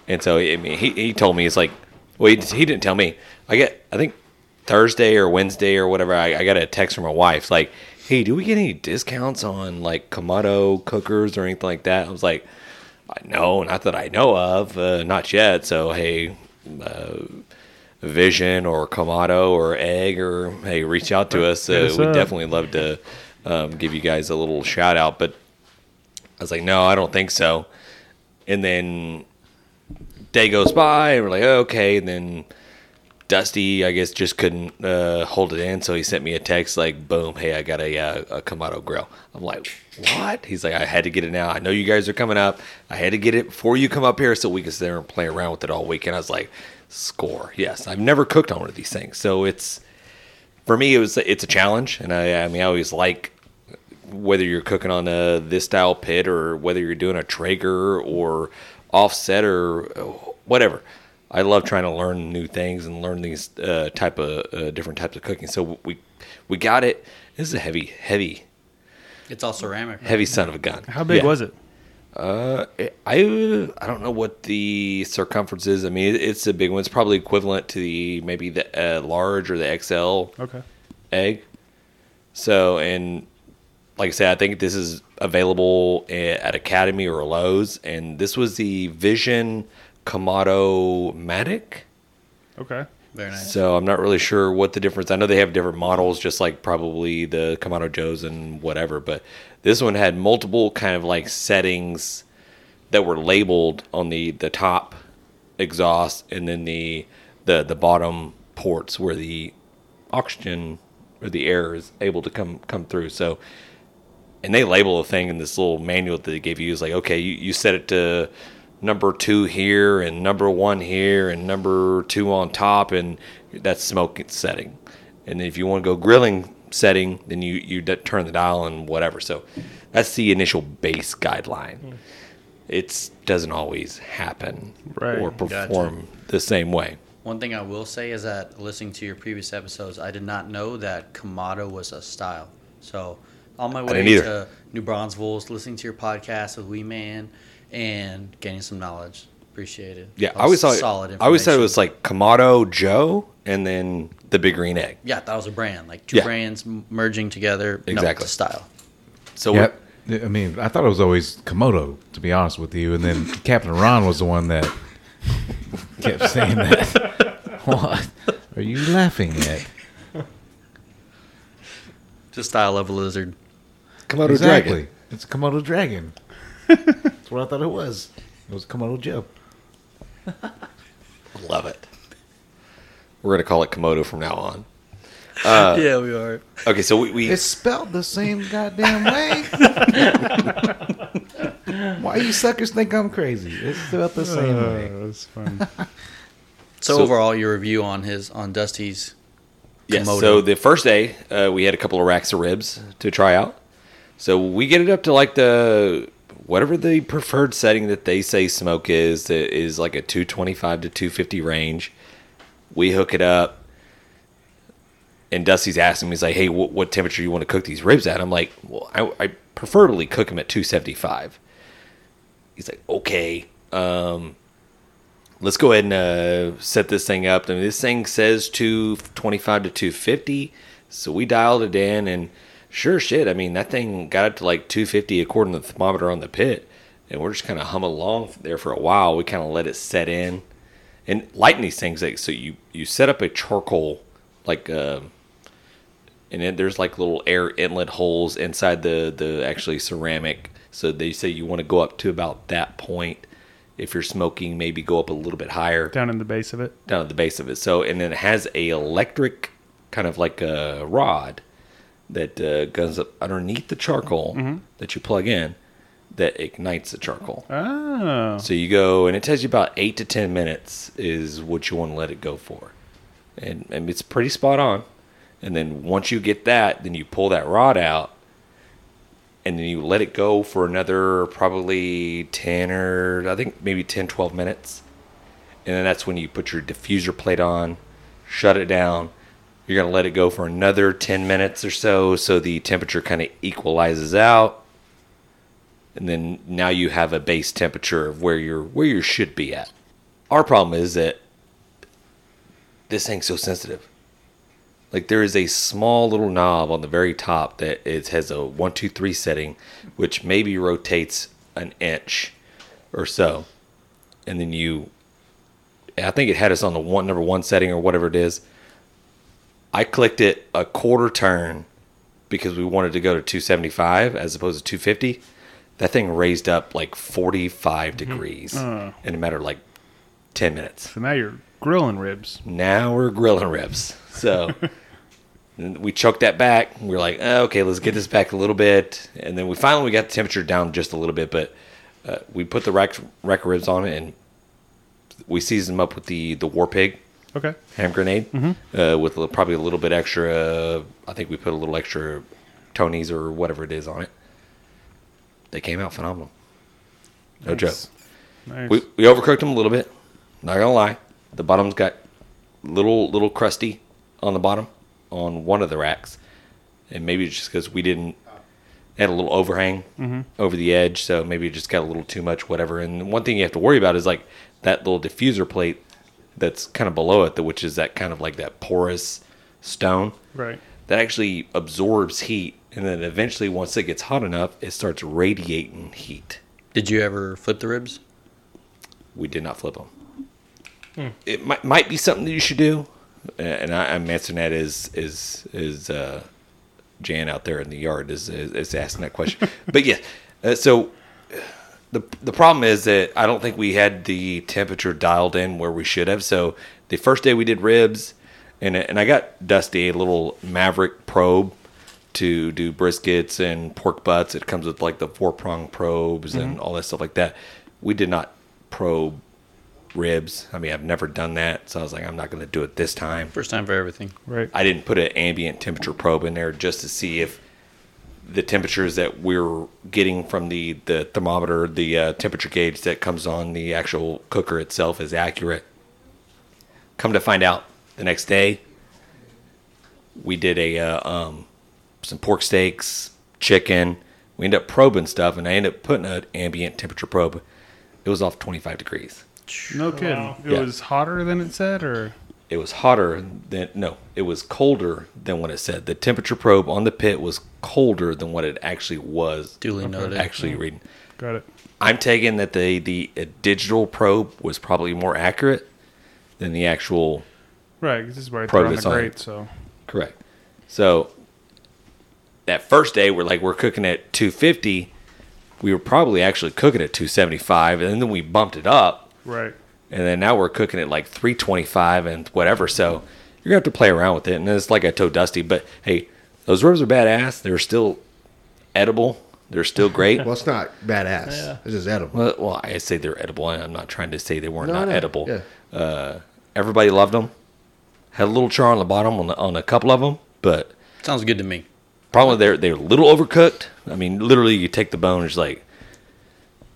F: And so I mean, he, he told me it's like, well, he, he didn't tell me. I get I think Thursday or Wednesday or whatever. I, I got a text from my wife like, hey, do we get any discounts on like Kamado cookers or anything like that? I was like, no, not that I know of, uh, not yet. So hey, Vision or Kamado or Egg or hey, reach out to us.
B: Hit
F: Uh,
B: us
F: we'd
B: up.
F: definitely love to um, give you guys a little shout out. But I was like, no, I don't think so. And then day goes by, and we're like, oh, okay. And then Dusty, I guess, just couldn't uh, hold it in, so he sent me a text like, "Boom, hey, I got a uh, a Kamado grill." I'm like, "What?" He's like, "I had to get it now. I know you guys are coming up. I had to get it before you come up here, so we could sit there and play around with it all weekend." I was like, "Score, yes." I've never cooked on one of these things, so it's for me, it was it's a challenge, and I I mean, I always like whether you're cooking on a this style pit or whether you're doing a Traeger or offset or uh, whatever. I love trying to learn new things and learn these uh, type of uh, different types of cooking. So we we got it. This is a heavy, heavy,
A: It's all ceramic. right?
F: heavy son of a gun.
B: How big
F: Yeah.
B: was it?
F: I I don't know what the circumference is. I mean, it- it's a big one. It's probably equivalent to the maybe the uh, large or the XL
B: Okay.
F: egg. So, and like I said, I think this is available a- at Academy or Lowe's. And this was the Vision Kamado Matic.
B: Okay.
A: Very nice.
F: So I'm not really sure what the difference. I know they have different models, just like probably the Kamado Joes and whatever. But this one had multiple kind of like settings that were labeled on the the top exhaust and then the the the bottom ports where the oxygen or the air is able to come come through. So and they label a thing in this little manual that they give you is like, okay, you, you set it to number two here and number one here and number two on top, and that's smoke setting. And if you want to go grilling setting, then you you d- turn the dial and whatever. So that's the initial base
B: Hmm.
F: guideline. It's doesn't always happen
B: Right.
F: or
B: Gotcha.
F: perform the same way.
A: One thing I will say is that listening to your previous episodes, I did not know that Kamado was a style. So on my way
F: didn't either.
A: to New Bronzeville, listening to your podcast with Wee Man and gaining some knowledge. Appreciate it.
F: Yeah,
A: That
F: I always thought
A: was
F: it- I always thought it
A: information.
F: was like Kamado Joe and then the Big Green Egg.
A: yeah, that was a brand like two
F: Yeah.
A: brands m- merging together.
F: Exactly.
A: no, it's a style.
F: So
D: Yeah, I mean, I thought it was always Komodo, to be honest with you. And then Captain Ron was the one that kept saying that. what are you laughing at?
A: It's a style of a lizard.
F: Komodo
D: exactly.
F: Dragon.
D: It's a Komodo Dragon. That's what I thought it was. It was Komodo Joe.
F: Love it. We're gonna call it Komodo from now on. Uh,
A: yeah, we are.
F: Okay, so we, we
D: It's spelled the same goddamn way. Why you suckers think I'm crazy? It's spelled the same way.
B: that's fun.
A: So,
F: So-
A: overall, your review on his on Dusty's
F: yes.
A: Komodo.
F: So the first day, uh, we had a couple of racks of ribs to try out. So we get it up to like the whatever the preferred setting that they say smoke is that is like a 225 to 250 range. We hook it up, and Dusty's asking me, he's like, "Hey, wh- what temperature you want to cook these ribs at?" I'm like, "Well, I, I preferably cook them at 275." He's like, "Okay." let's go ahead and uh, set this thing up. I mean, this thing says 225 to 250. So we dialed it in, and sure shit. I mean, that thing got up to like 250 according to the thermometer on the pit. And we're just kind of humming along there for a while. We kind of let it set in. And lighten these things, like, so you, you set up a charcoal, like, um, and then there's like little air inlet holes inside the the actually ceramic so they say you want to go up to about that point if you're smoking maybe go up a little bit higher
B: Down in the base of it.
F: down at the base of it so and then it has a electric kind of like a rod that uh, goes up underneath the charcoal that you plug in that ignites the charcoal
B: Oh.
F: so you go, and it tells you about eight to ten minutes is what you want to let it go for, and and it's pretty spot on. And then once you get that, then you pull that rod out, and then you let it go for another probably ten or I think maybe 10, 12 minutes, and then that's when you put your diffuser plate on, shut it down. You're gonna let it go for another ten minutes or so, so the temperature kind of equalizes out and then now you have a base temperature of where you're where you should be at. Our problem is that this thing's so sensitive. Like there is a small little knob on the very top that it has a one two three setting, which maybe rotates an inch or so, and then you I think it had us on the one number one setting or whatever it is. I clicked it a quarter turn because we wanted to go to 275 as opposed to 250. That thing raised up like 45 degrees in a matter of like 10 minutes.
B: So now you're grilling ribs.
F: Now we're grilling ribs. So and we choked that back. We were like, "Oh, okay, let's get this back a little bit. And then we finally we got the temperature down just a little bit, but uh, we put the rack, rack of ribs on it and we seasoned them up with the, the war pig
B: Okay.
F: hand grenade uh, with a, little- probably a little bit extra. I think we put a little extra Tony's or whatever it is on it. They came out phenomenal. No joke.
B: Nice.
F: We, we overcooked them a little bit. Not gonna lie, the bottom's got little little crusty on the bottom on one of the racks, and maybe it's just because we didn't it had a little overhang over the edge, so maybe it just got a little too much, whatever. And one thing you have to worry about is like that little diffuser plate that's kind of below it, that which is that kind of like that porous stone
B: right.
F: that actually absorbs heat, and then eventually once it gets hot enough, it starts radiating heat
A: Did you ever flip the ribs?
F: we did not flip them. It might, might be something that you should do, and I, I'm answering that is is is uh, Jan out there in the yard is is, is asking that question. but yeah, uh, so uh, the the problem is that I don't think we had the temperature dialed in where we should have. So the first day we did ribs, and and I got Dusty a little Maverick probe to do briskets and pork butts. It comes with like the four prong probes and all that stuff like that. We did not probe ribs. I mean, I've never done that, so I was like, I'm not going to do it this time.
A: First time for everything.
B: Right.
F: I didn't put an ambient temperature probe in there just to see if the temperatures that we're getting from the, the thermometer, the uh, temperature gauge that comes on the actual cooker itself is accurate. Come to find out the next day, we did a uh, um, some pork steaks, chicken. We ended up probing stuff, and I ended up putting an ambient temperature probe. It was off 25 degrees.
B: No kidding.
E: Wow.
B: It
F: Yeah.
B: was hotter than it said, or
F: it was hotter than no it was colder than what it said the temperature probe on the pit was colder than what it actually was
A: Duly noted.
F: actually reading
B: got it.
F: i'm taking that the the uh, digital probe was probably more accurate than the actual
B: Right. 'cause This is where I threw
F: Probably
B: on the
F: saw it.
B: grate. So
F: correct so that first day we're like we're cooking at 250 we were probably actually cooking at 275 and then we bumped it up
B: right.
F: and then now we're cooking at like 325 and whatever. So you're gonna have to play around with it. And it's like I told Dusty, but hey, those ribs are badass. They're still edible. They're still great.
C: Well, it's not badass.
E: Yeah.
C: It's just edible.
F: well, well, I say they're edible. and I'm not trying to say they weren't
C: No,
F: not
C: no,
F: edible.
C: yeah.
F: Uh, everybody loved them. Had a little char on the bottom on, the, on a couple of them, but
A: Sounds good to me.
F: probably they're they're a little overcooked. I mean, literally, you take the bone, it's like,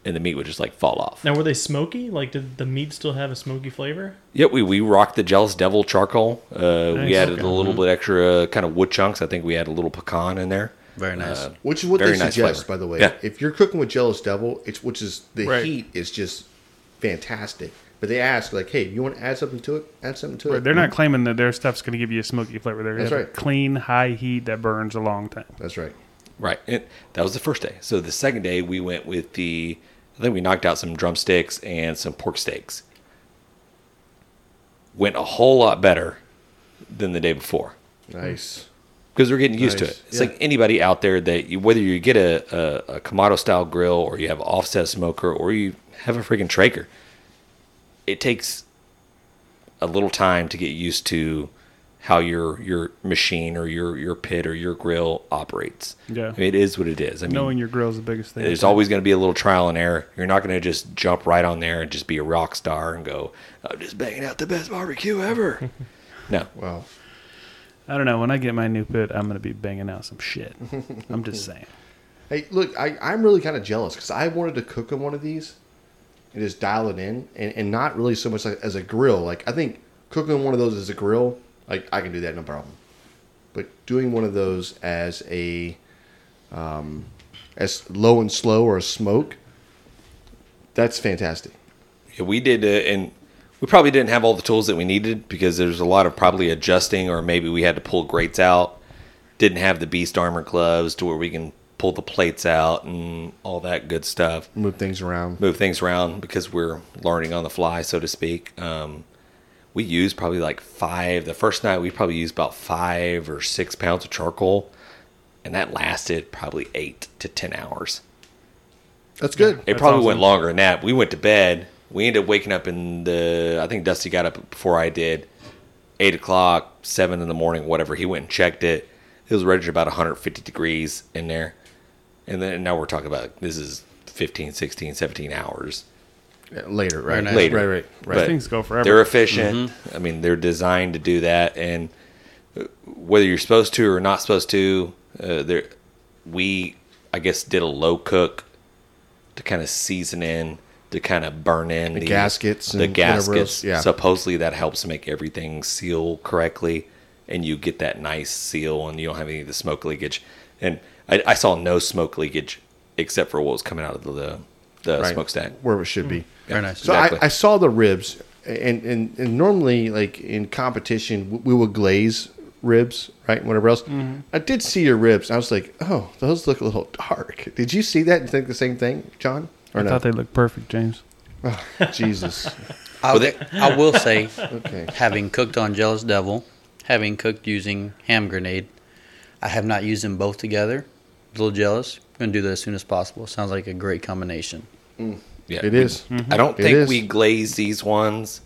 F: and the meat would just like fall off.
E: Now, were they smoky? Like, did the meat still have a smoky flavor?
F: Yep, we, we rocked the Jealous Devil charcoal. Uh,
B: Nice.
F: We added
B: Okay.
F: a little bit extra uh, kind of wood chunks. I think we had a little pecan in there.
A: Very nice.
F: Uh,
C: Which is what
F: Very
C: they
F: nice
C: suggest,
F: flavor.
C: by the way.
F: Yeah.
C: If you're cooking with Jealous Devil, it's which is the
B: Right.
C: heat is just fantastic. But they ask like, "Hey, you want to add something to it? Add something to
B: Right.
C: it."
B: They're not claiming that their stuff's going to give you a smoky flavor. They're going
C: That's
B: to have a
C: right.
B: clean, high heat that burns a long time.
C: That's right.
F: Right. And that was the first day. So the second day, we went with the, I think we knocked out some drumsticks and some pork steaks. Went a whole lot better than the day before.
C: Nice.
F: because we're getting used to
C: Nice.
F: it. It's
C: Yeah.
F: like anybody out there that you, whether you get a, a, a Kamado style grill or you have an offset smoker or you have a freaking Traeger, it takes a little time to get used to how your your machine or your your pit or your grill operates.
B: Yeah.
F: I mean, it is what it is. I mean,
B: Knowing your grill is the biggest thing.
F: there's always going to be a little trial and error. You're not going to just jump right on there and just be a rock star and go, "I'm just banging out the best barbecue ever." no,
C: Wow.
B: I don't know. When I get my new pit, I'm going to be banging out some shit. I'm just saying.
C: Hey, look, I, I'm really kind of jealous because I wanted to cook on one of these and just dial it in and, and not really so much like, as a grill. Like, I think cooking on one of those as a grill, like, I can do that, no problem. But doing one of those as a, um, as low and slow or a smoke, that's fantastic.
F: Yeah, we did, uh, and we probably didn't have all the tools that we needed because there's a lot of probably adjusting, or maybe we had to pull grates out. Didn't have the beast armor gloves to where we can pull the plates out and all that good stuff.
C: Move things around.
F: Move things around because we're learning on the fly, so to speak. Um, we used probably like five. The first night, we probably used about five or six pounds of charcoal, and that lasted probably eight to 10 hours.
C: That's good.
F: It probably went longer than that. We went to bed. We ended up waking up in the. I think Dusty got up before I did. Eight o'clock, seven in the morning, whatever. He went and checked it. It was registered about 150 degrees in there, and then now we're talking about this is 15, 16, 17 hours
C: Later, right?
A: nice.
F: later.
C: Right, right, right. Mm-hmm.
F: But
B: things go forever.
F: They're efficient. I mean, they're designed to do that, and uh, whether you're supposed to or not supposed to, uh, there we I guess did a low cook to kind of season in to kind of burn in the,
C: gaskets
F: the
C: and whatever else,
F: gaskets.
C: yeah.
F: Supposedly that helps make everything seal correctly, and you get that nice seal, and you don't have any of the smoke leakage. And I, I saw no smoke leakage except for what was coming out of the the
C: Right.
F: smokestack.
C: Where it should be.
A: Very nice.
C: So
F: Exactly.
C: I, I saw the ribs, and, and and normally like in competition w- we will glaze ribs, right, and whatever else.
F: Mm-hmm.
C: I did see your ribs. and I was like, oh, those look a little dark. Did you see that and think the same thing, John? Or
B: I
C: no? Oh,
B: thought they looked perfect, James.
C: Jesus.
A: I,
F: Well,
A: I will say,
C: Okay.
A: having cooked on Jealous Devil, having cooked using Ham Grenade, I have not used them both together. A little jealous. going to do that as soon as possible. Sounds like a great combination.
F: Yeah,
C: It
F: we-
C: is.
F: I don't
C: It
F: think
C: is.
F: we glazed these ones.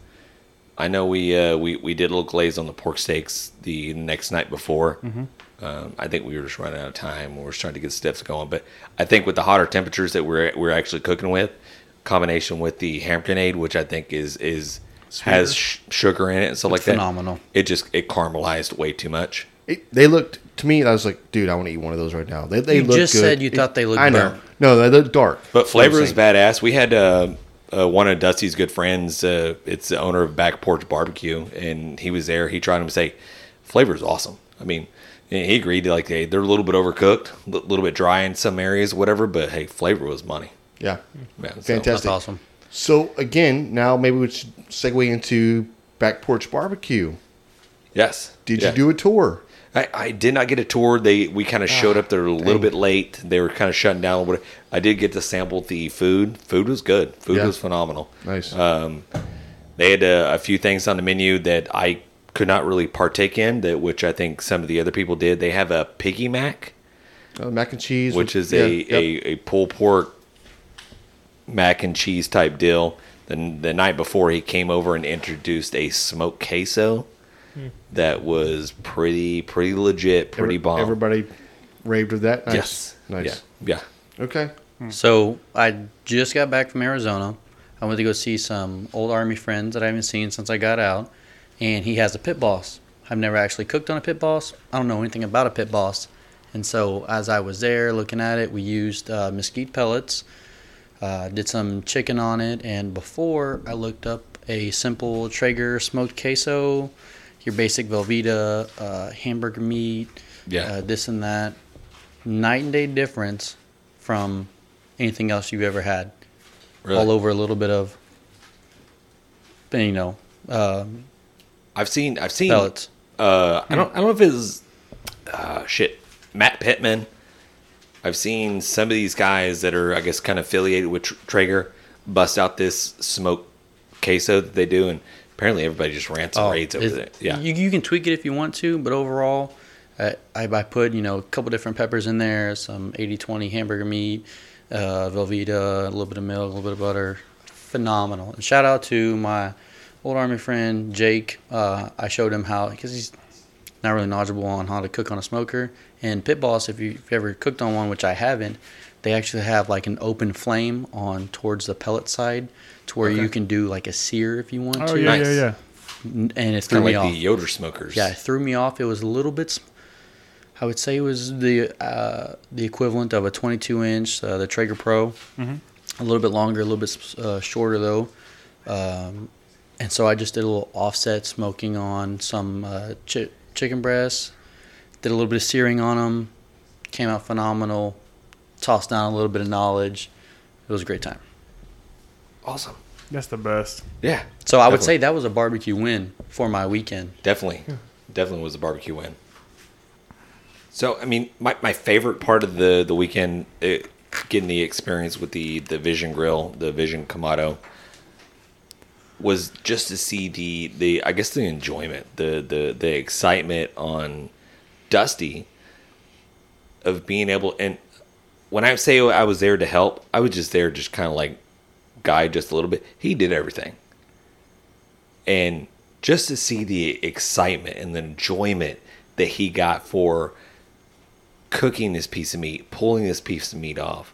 F: I know we uh, we we did a little glaze on the pork steaks the next night before.
C: Mm-hmm.
F: Um, I think we were just running out of time. We were just trying to get steps going, but I think with the hotter temperatures that we're we're actually cooking with, combination with the ham grenade, which I think is is has sh- sugar in it and stuff like
A: phenomenal.
F: that. It just it caramelized way too much.
C: It, they looked to me. I was like, dude, I want to eat one of those right now. They, they
A: You
C: look
A: just
C: good.
A: said you thought they looked
C: I know.
A: burnt.
C: No, they look dark.
F: But flavor is
C: Same.
F: badass. We had uh, uh, one of Dusty's good friends. Uh, it's the owner of Back Porch Barbecue, and he was there. He tried them. and Say, flavor is awesome. I mean, and he agreed. Like they, they're a little bit overcooked, a little bit dry in some areas, whatever. But hey, flavor was money.
C: Yeah,
F: Man, so-
C: fantastic.
A: That's awesome.
C: So again, now maybe we should segue into back porch barbecue.
F: Yes.
C: Did you do Ah, a tour?
F: I, I did not get a tour. They we kind of showed up. They were a little bit late. They were kind of shutting down. a little bit. I did get to sample the food. Food was good. Food
C: Yeah.
F: was phenomenal.
C: Nice.
F: They had uh, a, a few things on the menu that I could not really partake in, that which I think some of the other people did. They have a piggy mac,
C: Uh, mac and cheese,
F: which
C: with-
F: is
C: yeah,
F: a,
C: yep.
F: a, a pulled pork mac and cheese type deal. Then the night before, he came over and introduced a smoked queso
A: Hmm.
F: that was pretty pretty legit, pretty
C: Every-
F: bomb.
C: Everybody raved of that. Nice.
F: yes,
C: nice.
F: yeah, yeah.
C: Okay,
A: So I just got back from Arizona. I went to go see some old army friends that I haven't seen since I got out, and he has a pit boss. I've never actually cooked on a pit boss. I don't know anything about a pit boss, and so as I was there looking at it, we used uh, mesquite pellets, uh, did some chicken on it, and before I looked up a simple Traeger smoked queso, your basic Velveeta uh, hamburger meat,
F: Yeah.
A: uh, this and that. Night and day difference from anything else you've ever had.
F: Really.
A: All over a little bit of, you know, uh,
F: I've seen I've seen
A: pellets.
F: uh,
A: Hmm.
F: I don't I don't know if it was uh, shit Matt Pittman. I've seen some of these guys that are I guess kind of affiliated with Tr- Traeger bust out this smoke queso that they do, and apparently everybody just rants and raves over
A: Oh, it-
F: it. Yeah,
A: You, you can tweak it if you want to, but overall, uh, I, I put, you know, a couple different peppers in there, some 80 20 hamburger meat, uh, Velveeta, a little bit of milk, a little bit of butter. Phenomenal. And shout out to my old Army friend, Jake. Uh, I showed him how, because he's not really knowledgeable on how to cook on a smoker. And Pit Boss, if you've ever cooked on one, which I haven't, they actually have like an open flame on towards the pellet side to where you can do like a sear if you want
B: Oh
A: to
B: yeah,
F: Nice.
B: yeah, yeah.
A: and it threw
F: kind of
A: me
F: like
A: off.
F: the Yoder smokers.
A: Yeah, it threw me off. It was a little bit. sm- I would say it was the uh, the equivalent of a 22 inch, uh, the Traeger Pro.
F: Mm-hmm.
A: A little bit longer, a little bit s- uh, shorter though, um, and so I just did a little offset smoking on some uh, chi- chicken breasts. Did a little bit of searing on them. Came out phenomenal. Tossed down a little bit of knowledge. It was a great time.
F: awesome.
B: That's the best.
F: Yeah,
A: So I would
F: Definitely.
A: say that was a barbecue win for my weekend.
F: Definitely. Definitely was a barbecue win. So, I mean, my, my favorite part of the, the weekend, eh, it, getting the experience with the, the Vision Grill, the Vision Kamado, was just to see the the I guess the enjoyment, the the the excitement on Dusty of being able and when I say I was there to help, I was just there just kind of like guide just a little bit. He did everything. And just to see the excitement and the enjoyment that he got for cooking this piece of meat, pulling this piece of meat off,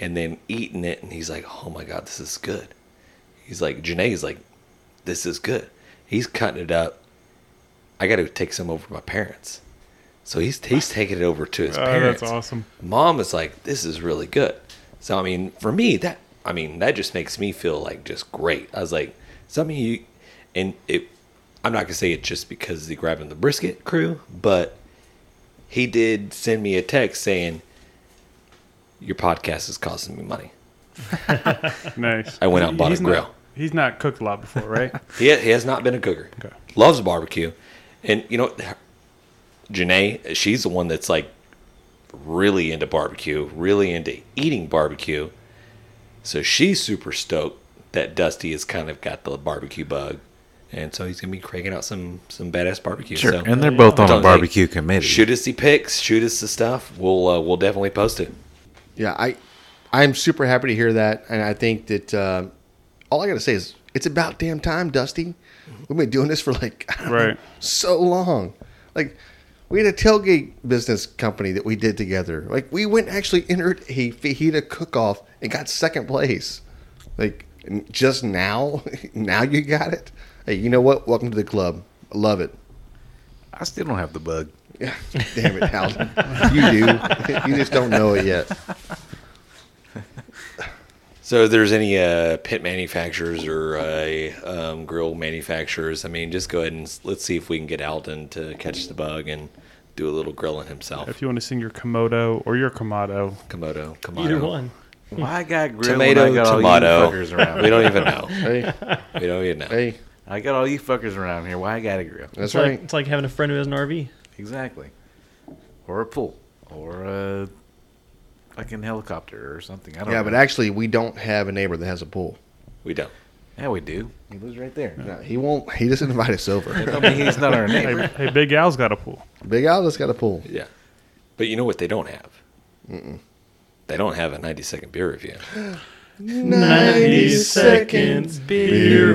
F: and then eating it, and he's like, "Oh my god, this is good." He's like, "Janae's like, this is good." He's cutting it up. I got to take some over to my parents, so he's he's taking it over to his
B: Oh,
F: parents.
B: that's awesome.
F: Mom is like, "This is really good." So I mean, for me, that I mean, that just makes me feel like just great. I was like, something you, and it. I'm not gonna say it just because they grabbing the brisket crew, but he did send me a text saying, "Your podcast is costing me money."
B: Nice.
F: I went out and bought a
B: He's not-
F: grill.
B: he's not cooked a lot before, right?
F: He, he has not been a cooker. Loves barbecue, and you know, Janae, she's the one that's like really into barbecue, really into eating barbecue. So she's super stoked that Dusty has kind of got the barbecue bug, and so he's gonna be cranking out some some badass barbecue.
D: Sure,
F: So
D: and they're both on
F: Don't
D: a
F: they-
D: barbecue committee.
F: shoot us the pics, shoot us the stuff. We'll uh, we'll definitely post it.
C: Yeah, I I'm super happy to hear that, and I think that uh, all I gotta say is it's about damn time, Dusty. We've been doing this for like I don't know,
B: Right.
C: so long. Like we had a tailgate business company that we did together. Like we went and actually entered a fajita cook-off and got second place. Like n- just now, now you got it. Hey, you know what? Welcome to the club. I love it.
D: I still don't have the bug.
C: Yeah, damn it, Hal. you do. you just don't know it yet.
F: So, if there's any uh, pit manufacturers or uh, um, grill manufacturers, I mean, just go ahead and s- let's see if we can get Alden to catch the bug and do a little grilling himself.
B: if you want to sing your Komodo or your Kamado,
F: Komodo, Komodo,
E: Either one.
D: Why I got grill
F: tomato,
D: and I got all you
F: tomato.
D: fuckers around?
F: We don't even know.
C: Hey,
F: We don't even know.
C: hey,
D: I got all you fuckers around here. Why I got a grill?
C: that's
E: It's like,
C: right.
E: It's like having a friend who has an RV.
D: Exactly. Or a pool, or a fucking helicopter, or something. I don't.
C: Yeah,
D: know.
C: but actually, we don't have a neighbor that has a pool.
F: We don't.
D: yeah, we do. He lives right there.
C: No, he won't. He doesn't invite us over.
D: I mean, he's not our neighbor.
B: hey, hey, Big Al's got a pool.
C: Big Al's got a pool.
F: Yeah. But you know what they don't have? They don't have a 90 second beer review.
E: Ninety seconds beer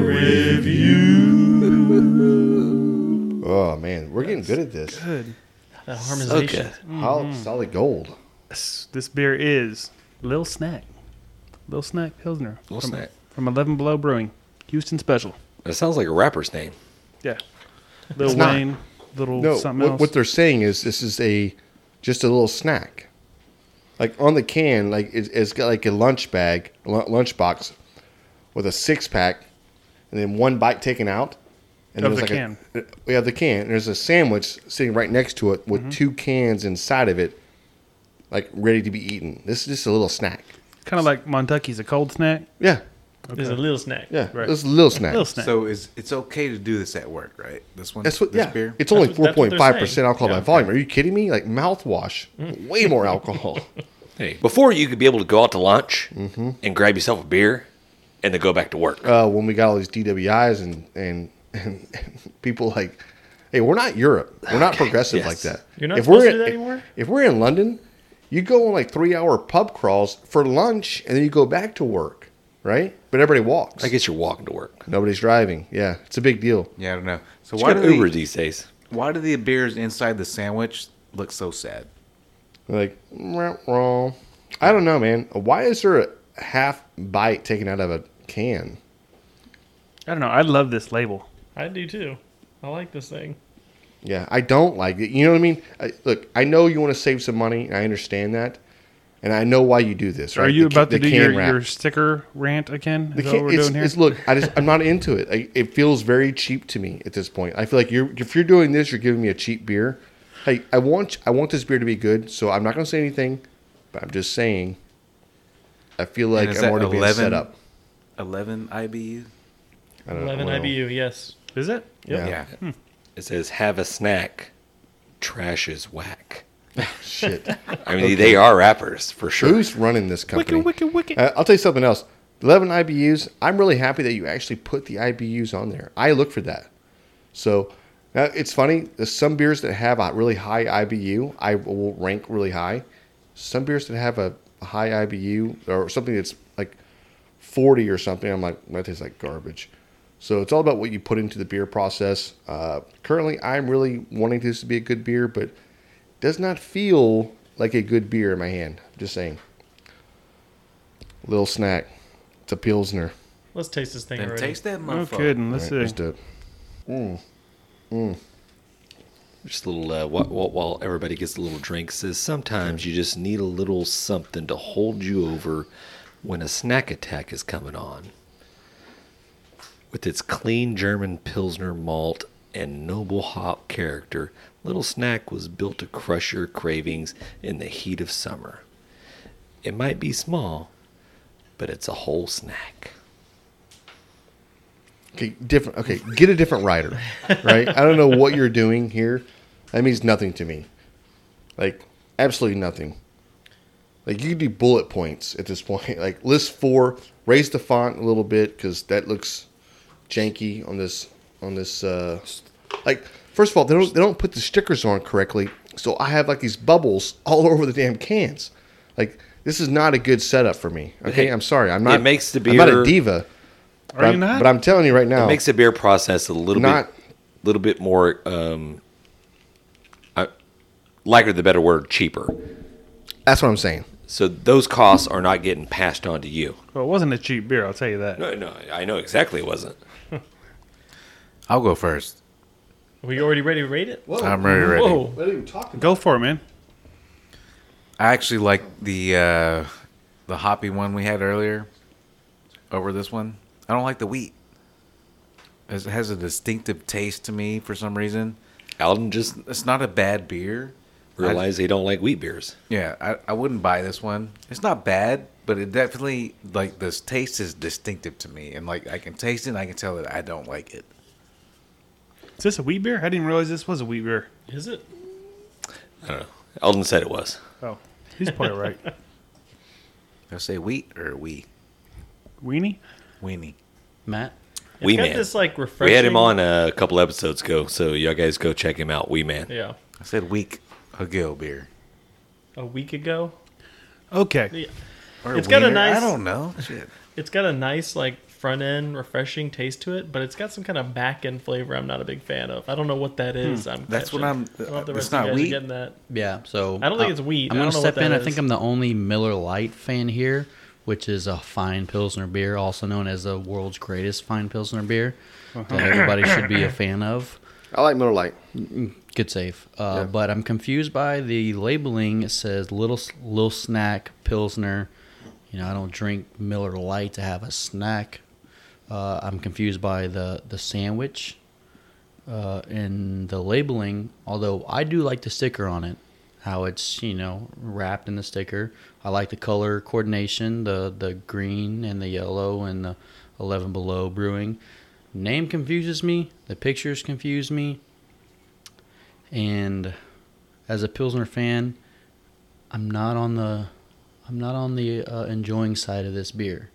C: Oh man, we're getting good at this.
B: Good.
E: That harmonization.
F: good.
C: Hol- Solid gold.
B: Yes, This beer is Lil Snack. Lil Snack Pilsner.
F: Lil
B: from,
F: Snack.
B: From 11 Below Brewing. Houston Special.
F: It sounds like a rapper's name.
B: Yeah. Lil
C: It's not.
B: Wayne. Little
C: No,
B: something
C: what,
B: else.
C: what they're saying is this is a just a little snack. Like on the can, like it's, it's got like a lunch bag, lu- lunch box, with a six pack, and then one bite taken out. And
B: Of
C: there's
B: the
C: like A, we have the can. And there's a sandwich sitting right next to it
B: Mm-hmm.
C: with two cans inside of it, like ready to be eaten. This is just a little snack.
B: kind of like Montucky's a cold snack.
C: Yeah,
E: There's a little snack.
C: yeah.
B: Right.
C: This is a little snack.
B: Lil Snack.
D: So is it's okay to do this at work, right? This one,
C: That's what.
D: this
C: Yeah,
D: beer.
C: it's only
E: That's
C: four
E: what- that's what
C: point
E: they're
C: five percent
E: saying.
C: alcohol
E: Yeah. Mm.
C: by volume. Are you kidding me? Like mouthwash, way more alcohol.
F: Hey. Before you could be able to go out to lunch
D: Mm-hmm.
F: and grab yourself a beer and then go back to work.
C: uh, when we got all these DWIs and and, and, and people like, hey, we're not Europe. We're not progressive
F: yes.
C: like that.
E: You're not supposed
C: we're
E: to
C: in,
E: do that anymore?
C: If we're in London, you go on like three hour pub crawls for lunch, and then you go back to work, right? But everybody walks.
F: I guess you're walking to work.
C: Nobody's driving. Yeah, it's a big deal.
D: yeah, I don't know. So
F: Just
D: why
F: go
D: do
F: to Uber
D: the,
F: these days.
D: why do the beers inside the sandwich look so sad?
C: Like, "Meow, meow." I don't know, man. Why is there a half bite taken out of a can?
B: I don't know. I love this label.
E: I do too. I like this thing.
C: Yeah, I don't like it. You know what I mean? I, look, I know you want to save some money, and I understand that, and I know why you do this. Right?
B: Are you
C: The ca-
B: about to
C: the
B: do
C: can
B: your,
C: wrap.
B: your sticker rant again? Is
C: The
B: that
C: can,
B: what we're
C: it's,
B: doing here?
C: it's- look, I just I'm not into it. I, it feels very cheap to me at this point. I feel like you're if you're doing this, you're giving me a cheap beer. Hey, I want I want this beer to be good, so I'm not going to say anything, but I'm just saying. I feel like
D: is
C: I'm
D: that
C: already being
D: 11?
C: set up.
D: Eleven IBU.
C: I
B: Uh,
C: don't know.
E: 11
C: Well,
E: IBU, yes.
B: Is it?
C: Yeah.
D: Yeah.
F: It says, "Have a snack, trash is whack."
C: Shit.
F: I mean, they are rappers for sure.
C: Who's running this company?
B: Wicked, wicked, wicked.
C: Uh, I'll tell you something else. 11 IBUs. I'm really happy that you actually put the IBUs on there. I look for that. So now it's funny. There's some beers that have a really high IBU, I will rank really high. Some beers that have a high IBU or something that's like 40 or something, I'm like, that tastes like garbage. So it's all about what you put into the beer process. Uh, currently, I'm really wanting this to be a good beer, but it does not feel like a good beer in my hand. Just saying. Little snack. It's a Pilsner.
E: Let's taste this thing
D: Then
E: already.
D: taste that
B: No
D: motherfucker.
B: kidding. Let's
C: All right,
B: see.
C: Just a,
F: Just a little, uh, while, while, while everybody gets a little drink, says sometimes you just need a little something to hold you over when a snack attack is coming on. With its clean German Pilsner malt and noble hop character, Little Snack was built to crush your cravings in the heat of summer. It might be small, but it's a whole snack.
C: okay, different. Okay, get a different rider, right? I don't know what you're doing here. That means nothing to me. Like absolutely nothing. Like you could do bullet points at this point. Like list four, raise the font a little bit because that looks janky on this on this. Uh, like first of all, they don't they don't put the stickers on correctly, so I have like these bubbles all over the damn cans. Like this is not a good setup for me. Okay, I'm sorry. I'm not.
F: makes the
C: I'm not a
F: beer-
C: diva. but
B: you
C: I'm-
B: not?
C: But I'm telling you right now,
F: It makes the beer process a little
C: Not-
F: bit, little bit more, um, I, lack of the better word, cheaper.
C: That's what I'm saying.
F: So those costs are not getting passed on to you.
B: Well, it wasn't a cheap beer, I'll tell you that.
F: No, no, I know exactly it wasn't.
D: I'll go first.
E: Are we already ready to rate it?
D: I'm ready. ready.
E: Whoa.
C: What are you talking
B: Go for it, man.
D: I actually like the uh, the hoppy one we had earlier over this one. I don't like the wheat. It has a distinctive taste to me for some reason.
F: Alden just
D: It's not a bad beer.
F: realized they don't like wheat beers.
D: Yeah, I, I wouldn't buy this one. It's not bad, but it definitely like this taste is distinctive to me, and like I can taste it, and I can tell that I don't like it.
B: Is this a wheat beer? I didn't realize this was a wheat beer.
E: Is it?
F: I don't know. Alden said it was.
B: Oh, he's probably right.
D: I say wheat or wee
B: Weenie?
D: weenie.
A: Matt.
E: It's
F: Wee
E: got
F: Man.
E: this like refreshing.
F: We had him on uh, a couple episodes ago, so y'all guys go check him out. Wee man.
E: Yeah,
D: I said weak Hagel beer.
E: a week ago.
B: Okay.
E: Yeah.
D: Or
E: It's got a nice-
D: I don't know. Shit.
E: It's got a nice like front end refreshing taste to it, but it's got some kind of back end flavor. I'm not a big fan of. I don't know what that is. I'm
D: Hmm. That's what
E: catching.
D: I'm-
E: I don't know if the
D: it's
E: rest
D: not
E: of you guys
D: wheat.
E: Are getting that.
A: Yeah, so
E: I don't think
A: uh,
E: it's wheat.
A: I'm
E: I
A: gonna
E: don't know
A: step
E: what
A: in.
E: that
A: I think
E: is.
A: I'm the only Miller Lite fan here, which is a fine pilsner beer, also known as the world's greatest fine pilsner beer.
E: Uh-huh.
A: That everybody should be a fan of.
C: I like Miller Lite.
A: Good save. Uh, But I'm confused by the labeling. It says little s- little snack pilsner. You know, I don't drink Miller Lite to have a snack. Uh, I'm confused by the the sandwich uh, and the labeling. Although I do like the sticker on it, how it's you know wrapped in the sticker. I like the color coordination, the the green and the yellow and the Eleven Below Brewing. Name confuses me. The pictures confuse me. And as a Pilsner fan, I'm not on the I'm not on the uh, enjoying side of this beer.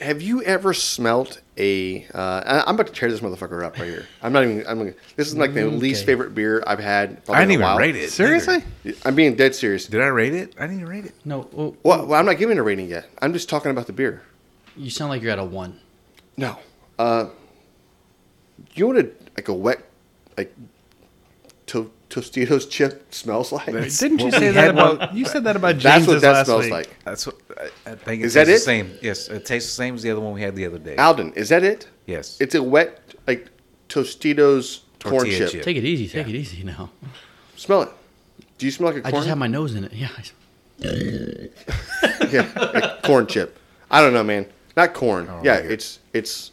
C: Have you ever smelt a? Uh, I- I'm about to tear this motherfucker up right here. I'm not even. I'm. This is like the least
A: Okay.
C: favorite beer I've had. probably
D: I didn't
C: in a
D: even
C: while.
D: rate it.
B: Seriously?
C: I'm being dead serious.
D: Did I rate it? I didn't rate it.
A: No, oh,
C: Well, well, I'm not giving it a rating yet. I'm just talking about the beer.
A: you sound like you're at a one.
C: No. Uh, you know what a like a wet like to- Tostitos chip smells like?
B: Didn't you
D: Well,
B: say that
D: we had one-
B: about you said that about
C: That's
B: James
C: what that
B: last
C: smells
B: week.
C: like.
D: That's what I, I think. It
C: Is that
D: tastes
C: it?
D: The same. Yes, it tastes the same as the other one we had the other day.
C: Alden, is that it?
D: Yes.
C: It's a wet like Tostitos corn
D: Tortilla
C: chip.
D: chip.
A: Take it easy. Take it easy now.
C: Smell it. Do you smell like a
A: I
C: corn?
A: just had my nose in it. Yeah. I s-
C: yeah, like corn chip. I don't know, man. Not corn.
B: Oh,
C: yeah, it's it's.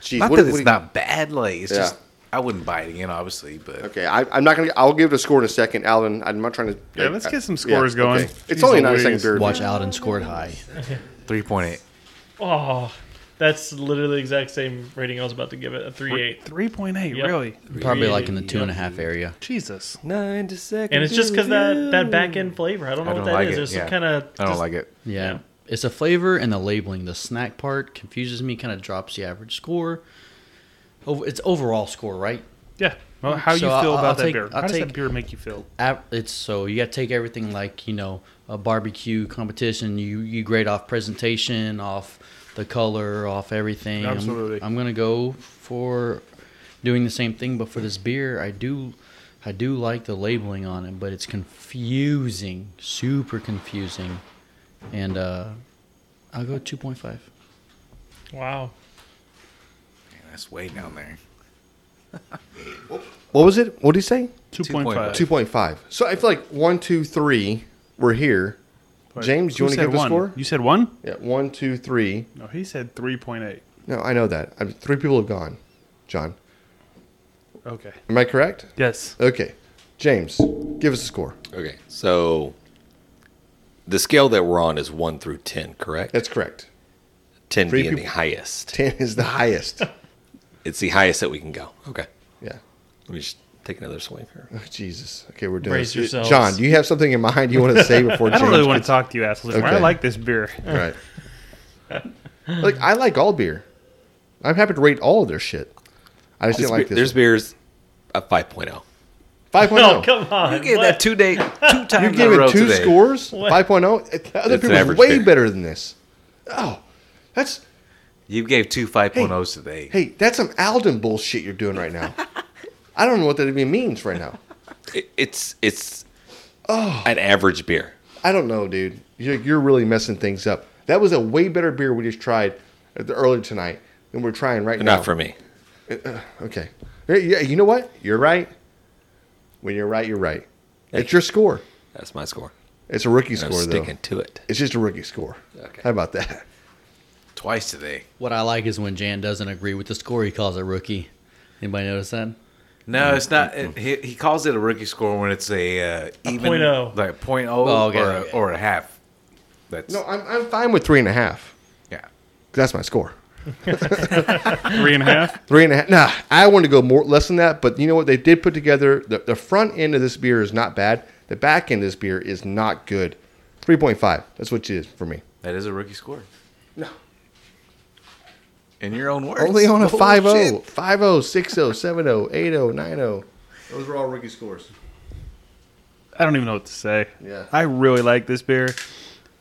C: Jeez,
D: not
C: what-
D: that
C: what
D: it's
C: do you-
D: not bad. Like it's
C: Yeah.
D: just I wouldn't buy it again, obviously. But
C: Okay, I, I'm not gonna. I'll give it a score in a second, Alan. I'm not trying to.
B: Yeah, let's get some scores going.
C: It's
B: Jeez
C: only not a second
B: Louise.
C: beer.
A: Watch out and scored high.
D: three point eight.
E: Oh, that's literally the exact same rating I was about to give it. A three eight.
B: Three point eight,
E: Yep.
B: really?
A: Probably like in the two and a half area.
B: Jesus.
F: Nine to second.
E: And it's just because that that back end flavor. I don't know
D: I
E: what
D: don't
E: that is.
D: like it.
E: There's
D: yeah.
E: some kind of.
D: I don't like it.
A: Yeah. It's the flavor and the labeling. The snack part confuses me. Kind of drops the average score. Oh, it's overall score, right?
B: Yeah. Well, how
A: So
B: you
A: I'll-
B: feel
A: I'll
B: about that
A: take-
B: beer? How
A: I'll
B: does
A: take-
B: that beer make you feel?
A: Av- It's so you got to take everything like you know a barbecue competition. You you grade off presentation, off the color, off everything. I'm-
B: Absolutely.
A: I'm, gonna go for doing the same thing, but for this beer, I do. I do like the labeling on it, but it's confusing, super confusing, and uh, I'll go two point five.
E: Wow.
D: That's way down there.
C: What was it? What did he say?
B: 2.5.
D: 2.5.
C: Two point five. So I feel like one, two, three. We're here. James, do you
B: Who
C: want to
B: said
C: give the
B: one?
C: score?
B: You said one?
C: Yeah, one, two, three.
B: No, he said 3.8.
C: No, I know that. I mean, three people have gone. John,
B: Okay.
C: am I correct?
B: Yes.
C: Okay. James, give us a score.
F: Okay, so the scale that we're on is one through ten, correct?
C: That's correct.
F: ten
C: three
F: being the
C: people-
F: highest.
C: Ten is the highest.
F: It's the highest that we can go. Okay,
C: Yeah.
F: let me just take another swing here.
C: Oh, Jesus. Okay, we're doing
E: Brace
C: this.
E: yourselves.
C: John, do you have something in mind you want to say before
B: I
C: James?
B: don't really want to talk to you assholes anymore. I
C: Okay.
B: like this beer.
C: Right. like I like all beer. I'm happy to rate all of their shit. I just
F: This
C: didn't like
F: beer-
C: this.
F: there's
C: one.
F: beers at oh. 5.0.
C: Five point
E: No,
C: oh.
E: come on.
D: You gave
E: what?
D: that two day, two times
C: You
D: in
C: gave
D: a row
C: it two
D: today.
C: scores. Five point oh. The other
F: It's an
C: people are
F: average
C: way
F: beer.
C: better than this. Oh, that's
D: You gave two 5.0s today.
C: hey, that's some Alden bullshit you're doing right now. I don't know what that even means right now.
F: It, it's it's
C: Oh.
F: an average beer.
C: I don't know, dude. You're, you're really messing things up. That was a way better beer we just tried at the, earlier tonight than we're trying right now.
F: Not for me.
C: Okay. Yeah, yeah, you know what? You're right. When you're right, you're right. It's your score.
F: That's my score.
C: It's a rookie
F: And I'm
C: score, though.
F: sticking to it.
C: It's just a rookie score.
F: Okay.
C: How about that?
D: Twice today.
A: What I like is when Jan doesn't agree with the score, he calls it rookie. Anybody notice that?
D: No, it's not. It, he, he calls it a rookie score when it's a uh, even,
E: point oh.
D: like point oh
A: Oh, okay,
D: or, a-
A: okay.
D: or a half. That's
C: No, I'm, I'm fine with three and a half.
D: yeah.
C: That's my score.
B: Three and a half?
C: Three and a half. Nah, I wanted to go more less than that, but you know what? They did put together the, the front end of this beer is not bad. The back end of this beer is not good. 3.5. That's what it is for me.
D: That is a rookie score. No. In your own words.
C: Only on a oh.
D: Bullshit.
C: 5 0, 5 0, 6 0, 7 0, 8 0, 9 0. Those were all rookie scores.
B: I don't even know what to say.
C: Yeah.
B: I really like this beer.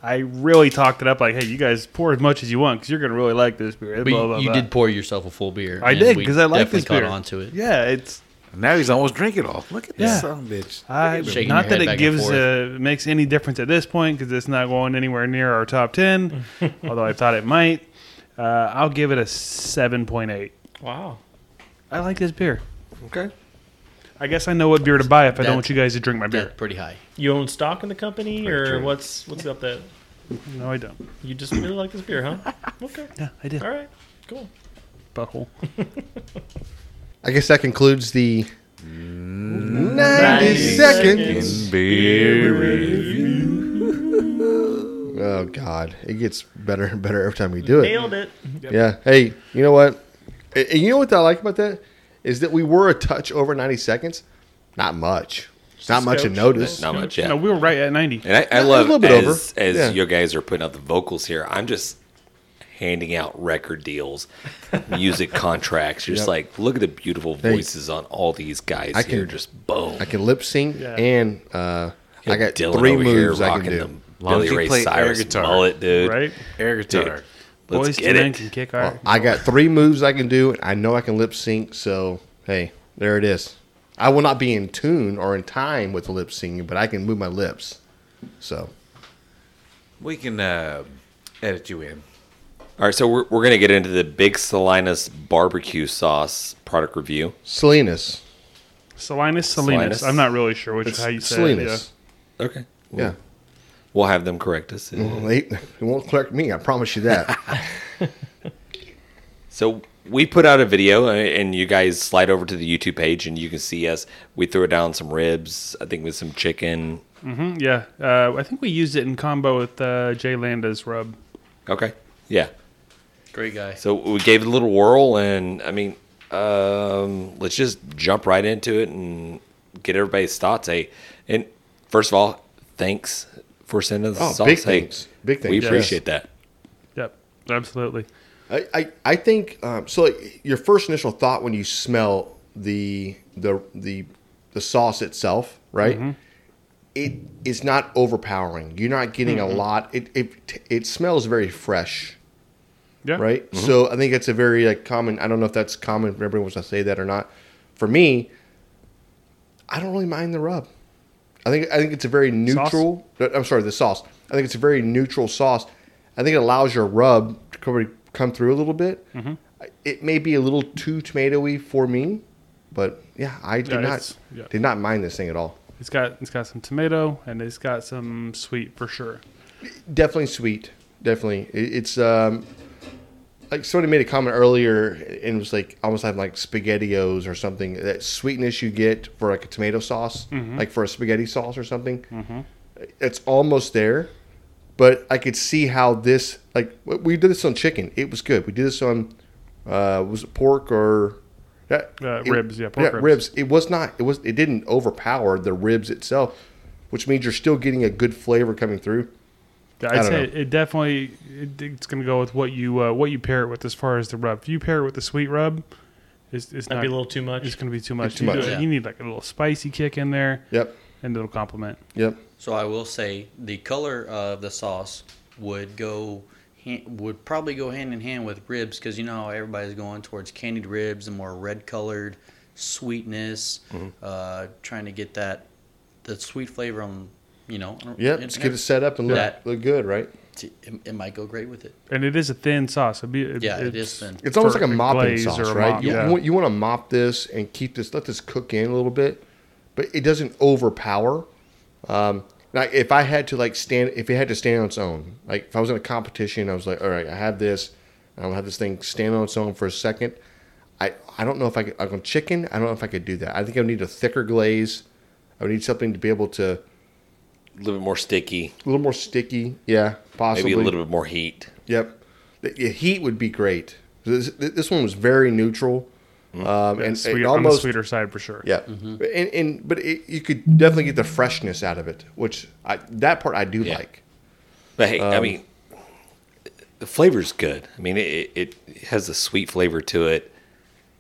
B: I really talked it up like, hey, you guys pour as much as you want because you're going to really like this beer.
A: But
B: Blah, blah,
A: you
B: blah.
A: did pour yourself a full beer.
B: I
A: and
B: did
A: we
B: because I like
A: definitely
B: this beer.
A: Caught onto it.
B: Yeah, it's.
D: Now he's almost drinking all. Look at this
B: Yeah.
D: son of a bitch.
B: I,
A: Shaking
B: not
A: your
B: that
A: head back
B: it
A: and
B: gives
A: forth.
B: uh, makes any difference at this point because it's not going anywhere near our top ten, although I thought it might. Uh, I'll give it a seven point eight.
E: Wow.
B: I like this beer.
F: Okay.
B: I guess I know what beer to buy if I don't
A: That's-
B: want you guys to drink my beer.
A: That's pretty high.
E: You own stock in the company, or what's what's up that?
B: No, I don't.
E: You just really like this beer, huh? Okay.
B: Yeah, I do.
E: All right. Cool.
B: Butthole.
C: I guess that concludes the 90 seconds. Oh, God. It gets better and better every time we do it.
E: Nailed it.
C: Yeah. Hey, you know what? And- and you know what I like about that? Is that we were a touch over 90 seconds. Not much. Not much to
E: Scotch.
C: notice.
F: Not much yet.
B: No, we were right at ninety.
F: And I, I
C: a
F: love
C: little bit
F: as,
C: over.
F: as
C: Yeah.
F: you guys are putting out the vocals here. I'm just handing out record deals, music contracts. You're
C: Yep.
F: just like, look at the beautiful voices on all these guys
C: I
F: here.
C: can-
F: Just boom.
C: I can lip sync and uh, I got
F: Dylan
C: three
F: over
C: moves I
F: rocking
C: can do.
F: the
D: Long as
F: Billy
D: you
F: Ray
D: play air
F: Cyrus
D: guitar.
F: mullet, dude.
B: Right?
D: Air
F: Dude,
D: guitar.
F: let's
B: Boys
F: get
B: to men
F: it.
B: can kick our.
C: I got three moves I can do, and I know I can lip sync. So hey, there it is. I will not be in tune or in time with the lip syncing, but I can move my lips. So
D: We can uh, edit you in.
F: All right, so we're, we're going to get into the Big Salinas barbecue sauce product review.
C: Salinas,
B: Salinas, Salinas.
F: Salinas.
B: I'm not really sure which
C: it's
B: how you say
C: Salinas.
F: Okay.
C: Yeah,
F: We'll have them correct us.
C: Well, they, they won't correct me. I promise you that.
F: So we put out a video, uh, and you guys slide over to the YouTube page, and you can see us. We threw down some ribs, I think with some chicken.
B: it. Yeah, Mhm, yeah. Uh, I think we used it in combo with uh, Jay Landa's rub.
F: Okay, yeah.
A: Great guy.
F: So we gave it a little whirl, and I mean, um, let's just jump right into it and get everybody's thoughts. Hey, and first of all, thanks for sending us
C: Oh,
F: the sauce.
C: big
F: Hey,
C: things. Big things,
F: We
C: yes.
F: appreciate that.
B: Yep, absolutely.
C: I, I, I think um, so. Like your first initial thought when you smell the the the the sauce itself, right?
B: Mm-hmm.
C: It is not overpowering. You're not getting a lot. It it it smells very fresh,
B: Yeah, Mm-hmm.
C: right? So I think it's a very like common. I don't know if that's common. If everyone wants to say that or not. For me, I don't really mind the rub. I think I think it's a very neutral. uh, I'm sorry, the sauce. I think it's a very neutral sauce. I think it allows your rub to come, come through a little bit.
B: Mm-hmm.
C: It may be a little too tomatoey for me, but yeah, I did
B: Yeah,
C: not
B: it's- yeah.
C: did not mind this thing at all.
B: It's got it's got some tomato and it's got some sweet for sure.
C: Definitely sweet. Definitely, it, it's um, like somebody made a comment earlier and it was like almost having like spaghettios or something. That sweetness you get for like a tomato sauce,
B: Mm-hmm.
C: like for a spaghetti sauce or something. It's almost there, but I could see how this like we- we did this on chicken. It was good. We did this on uh, was it pork or yeah,
B: Uh,
C: it-
B: ribs, yeah, pork ribs.
C: It was not. It was. It didn't overpower the ribs itself, which means you're still getting a good flavor coming through.
B: Yeah,
C: I
B: I'd
C: don't
B: say it definitely it, it's going to go with what you uh, what you pair it with as far as the rub. If you pair it with the sweet rub, it's, it's
E: That'd
B: not
E: be a little too much.
B: it's going to be too much.
C: too
B: you,
C: much.
B: do-
A: Yeah.
B: you need like a little spicy kick in there,
C: Yep.
B: and it'll complement.
C: Yep.
A: So I will say the color of the sauce would go han- would probably go hand in hand with ribs because you know how everybody's going towards candied ribs, the more red colored sweetness,
C: Mm-hmm.
A: uh, trying to get that the sweet flavor on you know.
C: Yep.
A: and-
C: Just get it set up and look,
A: That-
C: look good, right?
A: It, it might go great with it.
B: And it is a thin sauce. It'd be, it-
A: Yeah, it is thin.
C: It's almost
B: for
C: like a mopping
B: glaze
C: sauce,
B: or a
C: right?
B: mop,
C: You,
B: yeah.
C: you want, you want to mop this and keep this, let this cook in a little bit, but it doesn't overpower. Um, like if I had to like stand, if it had to stand on its own, like if I was in a competition, I was like, all right, I have this, and I'll have this thing stand on its own for a second. I, I don't know if I could, like on chicken, I don't know if I could do that. I think I would need a thicker glaze. I would need something to be able to, a
F: A little bit more sticky,
C: little more sticky. Yeah, possibly.
F: maybe a little bit more heat.
C: Yep. The, the heat would be great. This, this one was very neutral.
F: Mm-hmm.
C: Um, and,
B: sweet,
C: and
B: on the
C: almost
B: sweeter side for sure.
C: yeah, and, and but it, you could definitely get the freshness out of it, which I, that part I do
F: Yeah.
C: like.
F: But hey,
C: Um,
F: I mean, the flavor's good. I mean, it, it it has a sweet flavor to it.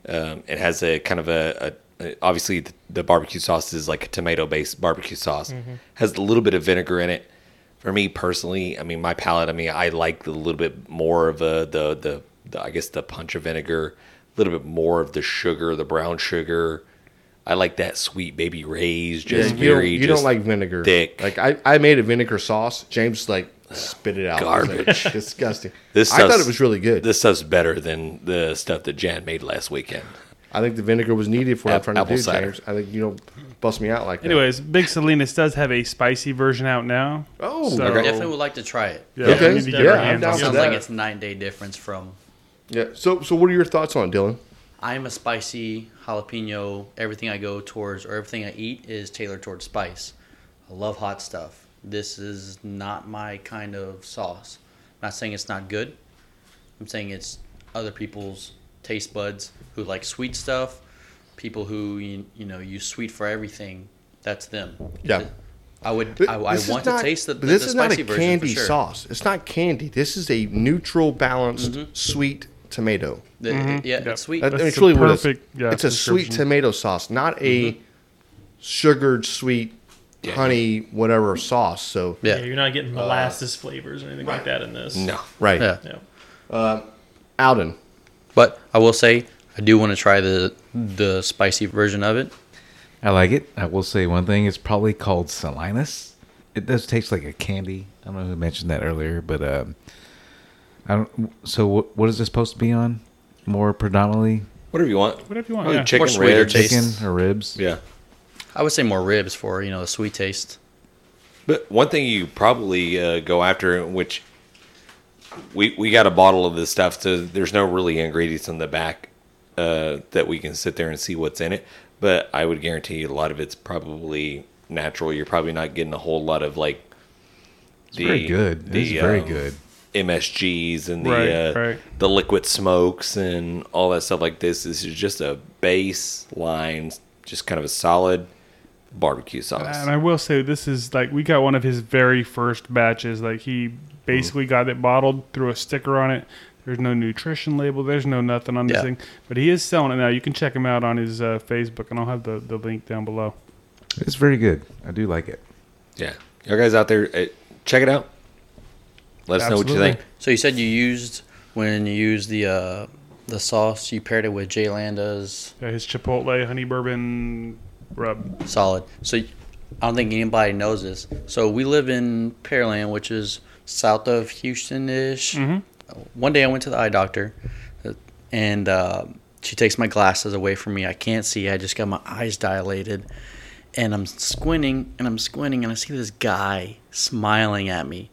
F: Um, it has a kind of a, a, a obviously the, the barbecue sauce is like a tomato based barbecue sauce.
C: Mm-hmm.
F: Has a little bit of vinegar in it. For me personally, I mean, my palate. I mean, I like the little bit more of a, the, the the I guess the punch of vinegar, a little bit more of the sugar, the brown sugar. I like that sweet baby rays, just
C: you don't,
F: very
C: you don't
F: just
C: like vinegar.
F: thick.
C: Like I, I made a vinegar sauce. James like spit it out. It's like,
F: Garbage.
C: disgusting.
F: This
C: I thought
F: stuff's-
C: it was really good.
F: This stuff's better than the stuff that Jan made last weekend.
C: I think the vinegar was needed for what I'm
F: Ap-
C: trying to
F: apple
C: do,
F: cider.
C: James. I think you don't bust me out like that.
B: Anyways, Big Salinas does have a spicy version out now.
C: Oh,
B: So-
A: I definitely would like to try it.
B: Yeah,
C: Okay.
B: we need to get
C: Yeah,
B: our
C: I'm
B: hands
C: down
B: on
C: for
B: some.
A: Sounds
C: that.
A: like it's nine day difference from.
C: yeah. So so what are your thoughts on it, Dylan?
A: I'm a spicy jalapeno. Everything I go towards or everything I eat is tailored towards spice. I love hot stuff. This is not my kind of sauce. I'm not saying it's not good. I'm saying it's other people's taste buds who like sweet stuff. People who you, you know use sweet for everything. That's them.
C: Yeah.
A: I would.
C: But
A: I, I
C: this is
A: want
C: not-
A: to taste the,
C: but
A: the,
C: this
A: the
C: is
A: spicy
C: not a
A: version
C: candy
A: for sure.
C: sauce. It's not candy. This is a neutral, balanced,
A: Mm-hmm.
C: sweet tomato.
A: The- Yeah,
B: Yeah.
A: it's sweet.
C: That- I mean,
B: That's
C: it's
B: the
C: really what it is.
B: perfect, yeah,
C: it's a sweet
B: description.
C: tomato sauce, not a
A: Mm-hmm.
C: sugared sweet
F: Yeah.
C: honey whatever sauce. So
A: yeah.
E: Yeah, you're not getting
D: Uh,
E: molasses flavors or anything like that in this.
F: No.
C: right,
A: yeah.
E: No.
C: Alden.
A: But I will say, I do want to try the the spicy version of it.
D: I like it. I will say one thing. It's probably called Salinas. It does taste like a candy. I don't know who mentioned that earlier, but um, I don't. So what, what is this supposed to be on? More predominantly
F: Whatever you want.
B: Whatever you want,
F: Probably
B: yeah.
A: Or
F: Chicken
A: sweeter
F: ribs.
A: taste.
D: chicken or ribs?
F: Yeah.
A: I would say more ribs for you know the sweet taste.
F: But one thing you probably uh, go after, which we we got a bottle of this stuff, so there's no really ingredients in the back uh, that we can sit there and see what's in it. But I would guarantee you a lot of it's probably natural. You're probably not getting a whole lot of like.
D: It's very good. It is very good.
F: MSGs and the
B: Right,
F: uh,
B: right.
F: the liquid smokes and all that stuff like this. This is just a baseline, just kind of a solid barbecue sauce.
B: And I will say this is like we got one of his very first batches. Like he
A: Mm-hmm.
B: basically got it bottled, threw a sticker on it. There's no nutrition label. There's no nothing on this
A: Yeah.
B: thing. But he is selling it now. You can check him out on his uh, Facebook, and I'll have the, the link down below.
D: It's very good. I do like it.
F: yeah, y'all guys out there, eh, check it out. Let us know what
B: Absolutely.
F: you think.
A: So you said you used when you used the uh, the sauce, you paired it with Jay Landa's
B: Yeah, his Chipotle honey bourbon rub.
A: solid. So y- I don't think anybody knows this. So we live in Pearland, which is south of Houston ish. One day I went to the eye doctor, uh, and uh, she takes my glasses away from me. I can't see. I just got my eyes dilated, and I'm squinting and I'm squinting, and I see this guy smiling at me.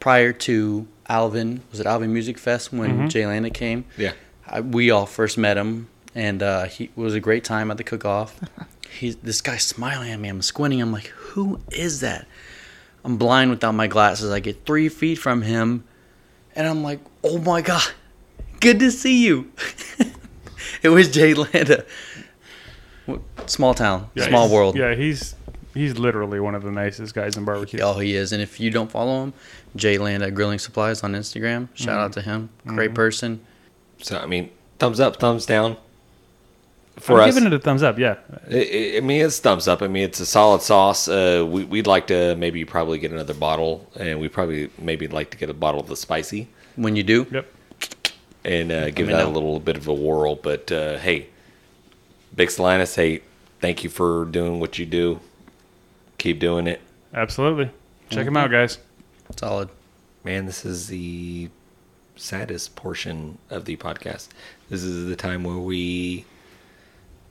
A: Prior to Alvin, was it Alvin Music Fest when Jay Landa came?
F: Yeah.
A: I, we all first met him, and uh, he it was a great time at the cook-off. He's this guy's smiling at me. I'm squinting. I'm like, who is that? I'm blind without my glasses. I get three feet from him, and I'm like, oh my god, good to see you. it was Jay Landa. W- Small town,
B: Yeah,
A: small
B: he's-
A: world.
B: Yeah, he's he's literally one of the nicest guys in barbecue.
A: Oh, he is. And if you don't follow him, Jay Landa Grilling Supplies on Instagram.
B: Mm-hmm.
A: Shout out to him. Great person.
F: So I mean, thumbs up, thumbs down. For
B: I'm
F: us,
B: giving it a thumbs up. Yeah,
F: I- I I mean, it's thumbs up. I mean, it's a solid sauce. Uh, we, we'd like to maybe probably get another bottle, and we probably maybe like to get a bottle of the spicy
A: When you do,
B: yep.
F: and uh, give
A: me
F: that a
A: know.
F: little bit of a whirl. But uh, hey, Big Salinas, hey, thank you for doing what you do. Keep doing it,
B: Absolutely. Check
A: Mm-hmm.
B: him out, guys.
A: solid.
F: man. This is the saddest portion of the podcast. This is the time where we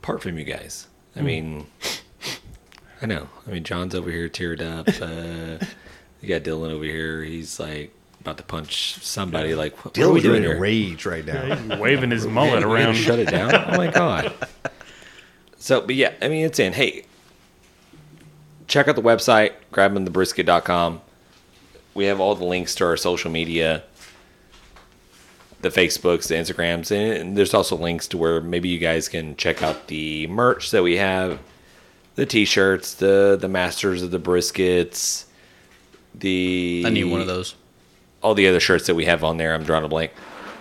F: part from you guys. I mean. I know. I mean, John's over here teared up. Uh, you got Dylan over here. He's like about to punch somebody. Like, what, what are we
C: Dylan's
F: doing
C: in a
F: here?
C: rage right now.
B: He's waving his mullet
F: We're gonna
B: around.
F: Shut it down. Oh my god. So, but yeah, I mean, it's in. Hey, check out the website, grabbingthebrisket.com. We have all the links to our social media, the Facebooks, the Instagrams, and there's also links to where maybe you guys can check out the merch that we have, the T-shirts, the the Masters of the Briskets, the
A: I need one of those.
F: all the other shirts that we have on there. I'm drawing a blank.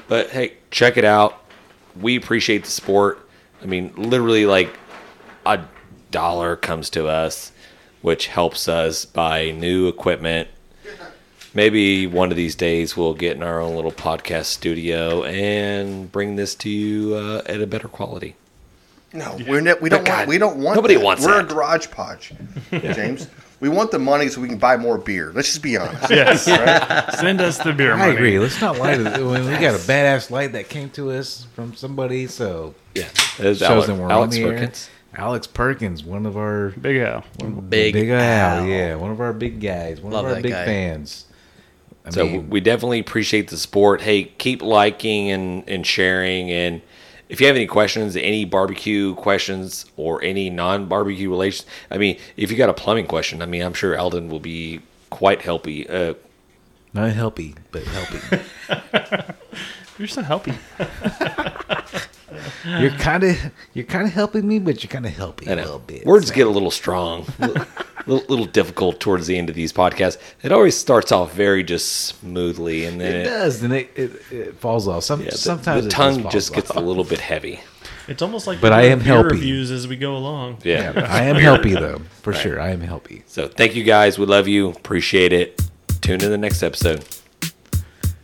F: But hey, check it out. We appreciate the support. I mean, literally, like a dollar comes to us, which helps us buy new equipment. Maybe one of these days we'll get in our own little podcast studio and bring this to you uh, at a better quality.
G: No, we're ne- we don't
F: God,
G: want we don't want
F: nobody
G: that.
F: wants
G: We're
F: that.
G: a garage podge, James. We want the money so we can buy more beer. Let's just be honest.
B: Yes. Send us the beer
D: I
B: money.
D: agree. Let's not lie to when we got a badass light that came to us from somebody. So
F: Yeah, There's
D: shows
F: Alex,
D: them we're
F: Alex
D: on the air.
F: Perkins.
D: Alex Perkins, one of our
B: Big Al.
A: Big,
D: big Al,
A: Al.
D: yeah, one of our big guys, one
A: Love
D: of our
A: that
D: big
A: guy.
D: fans. I
F: So
D: mean,
F: we definitely appreciate the support. Hey, keep liking and, and sharing. And if you have any questions, any barbecue questions or any non barbecue relations, I mean, if you got a plumbing question, I mean, I'm sure Eldon will be quite helpy. Uh,
D: not helpy, but helpy.
B: You're so helpy.
D: you're kind of you're kind of helping me, but you're kind of helpy a
F: I know.
D: little bit.
F: Words get a little strong, a little, little difficult towards the end of these podcasts. It always starts off very just smoothly, and then
D: it
F: it,
D: does, then it, it, it falls off. Some,
F: yeah, the-
D: sometimes
F: the
D: it
F: tongue
D: falls
F: just gets
D: off.
F: a little bit heavy.
E: It's almost like
D: But
E: we
D: I
E: do
D: am
E: beer
D: helping.
E: reviews as we go along.
F: Yeah.
D: Yeah, I am helpy though, for sure. I am helpy.
F: So thank you guys. We love you. Appreciate it. Tune in the next episode.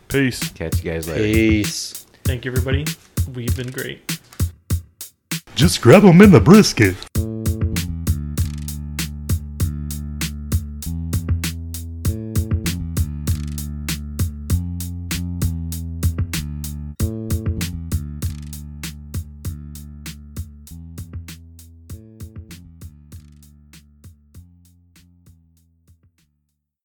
B: Peace.
D: Catch you guys later.
A: Peace.
E: Thank you, everybody. We've been great.
H: Just grab 'em in the brisket.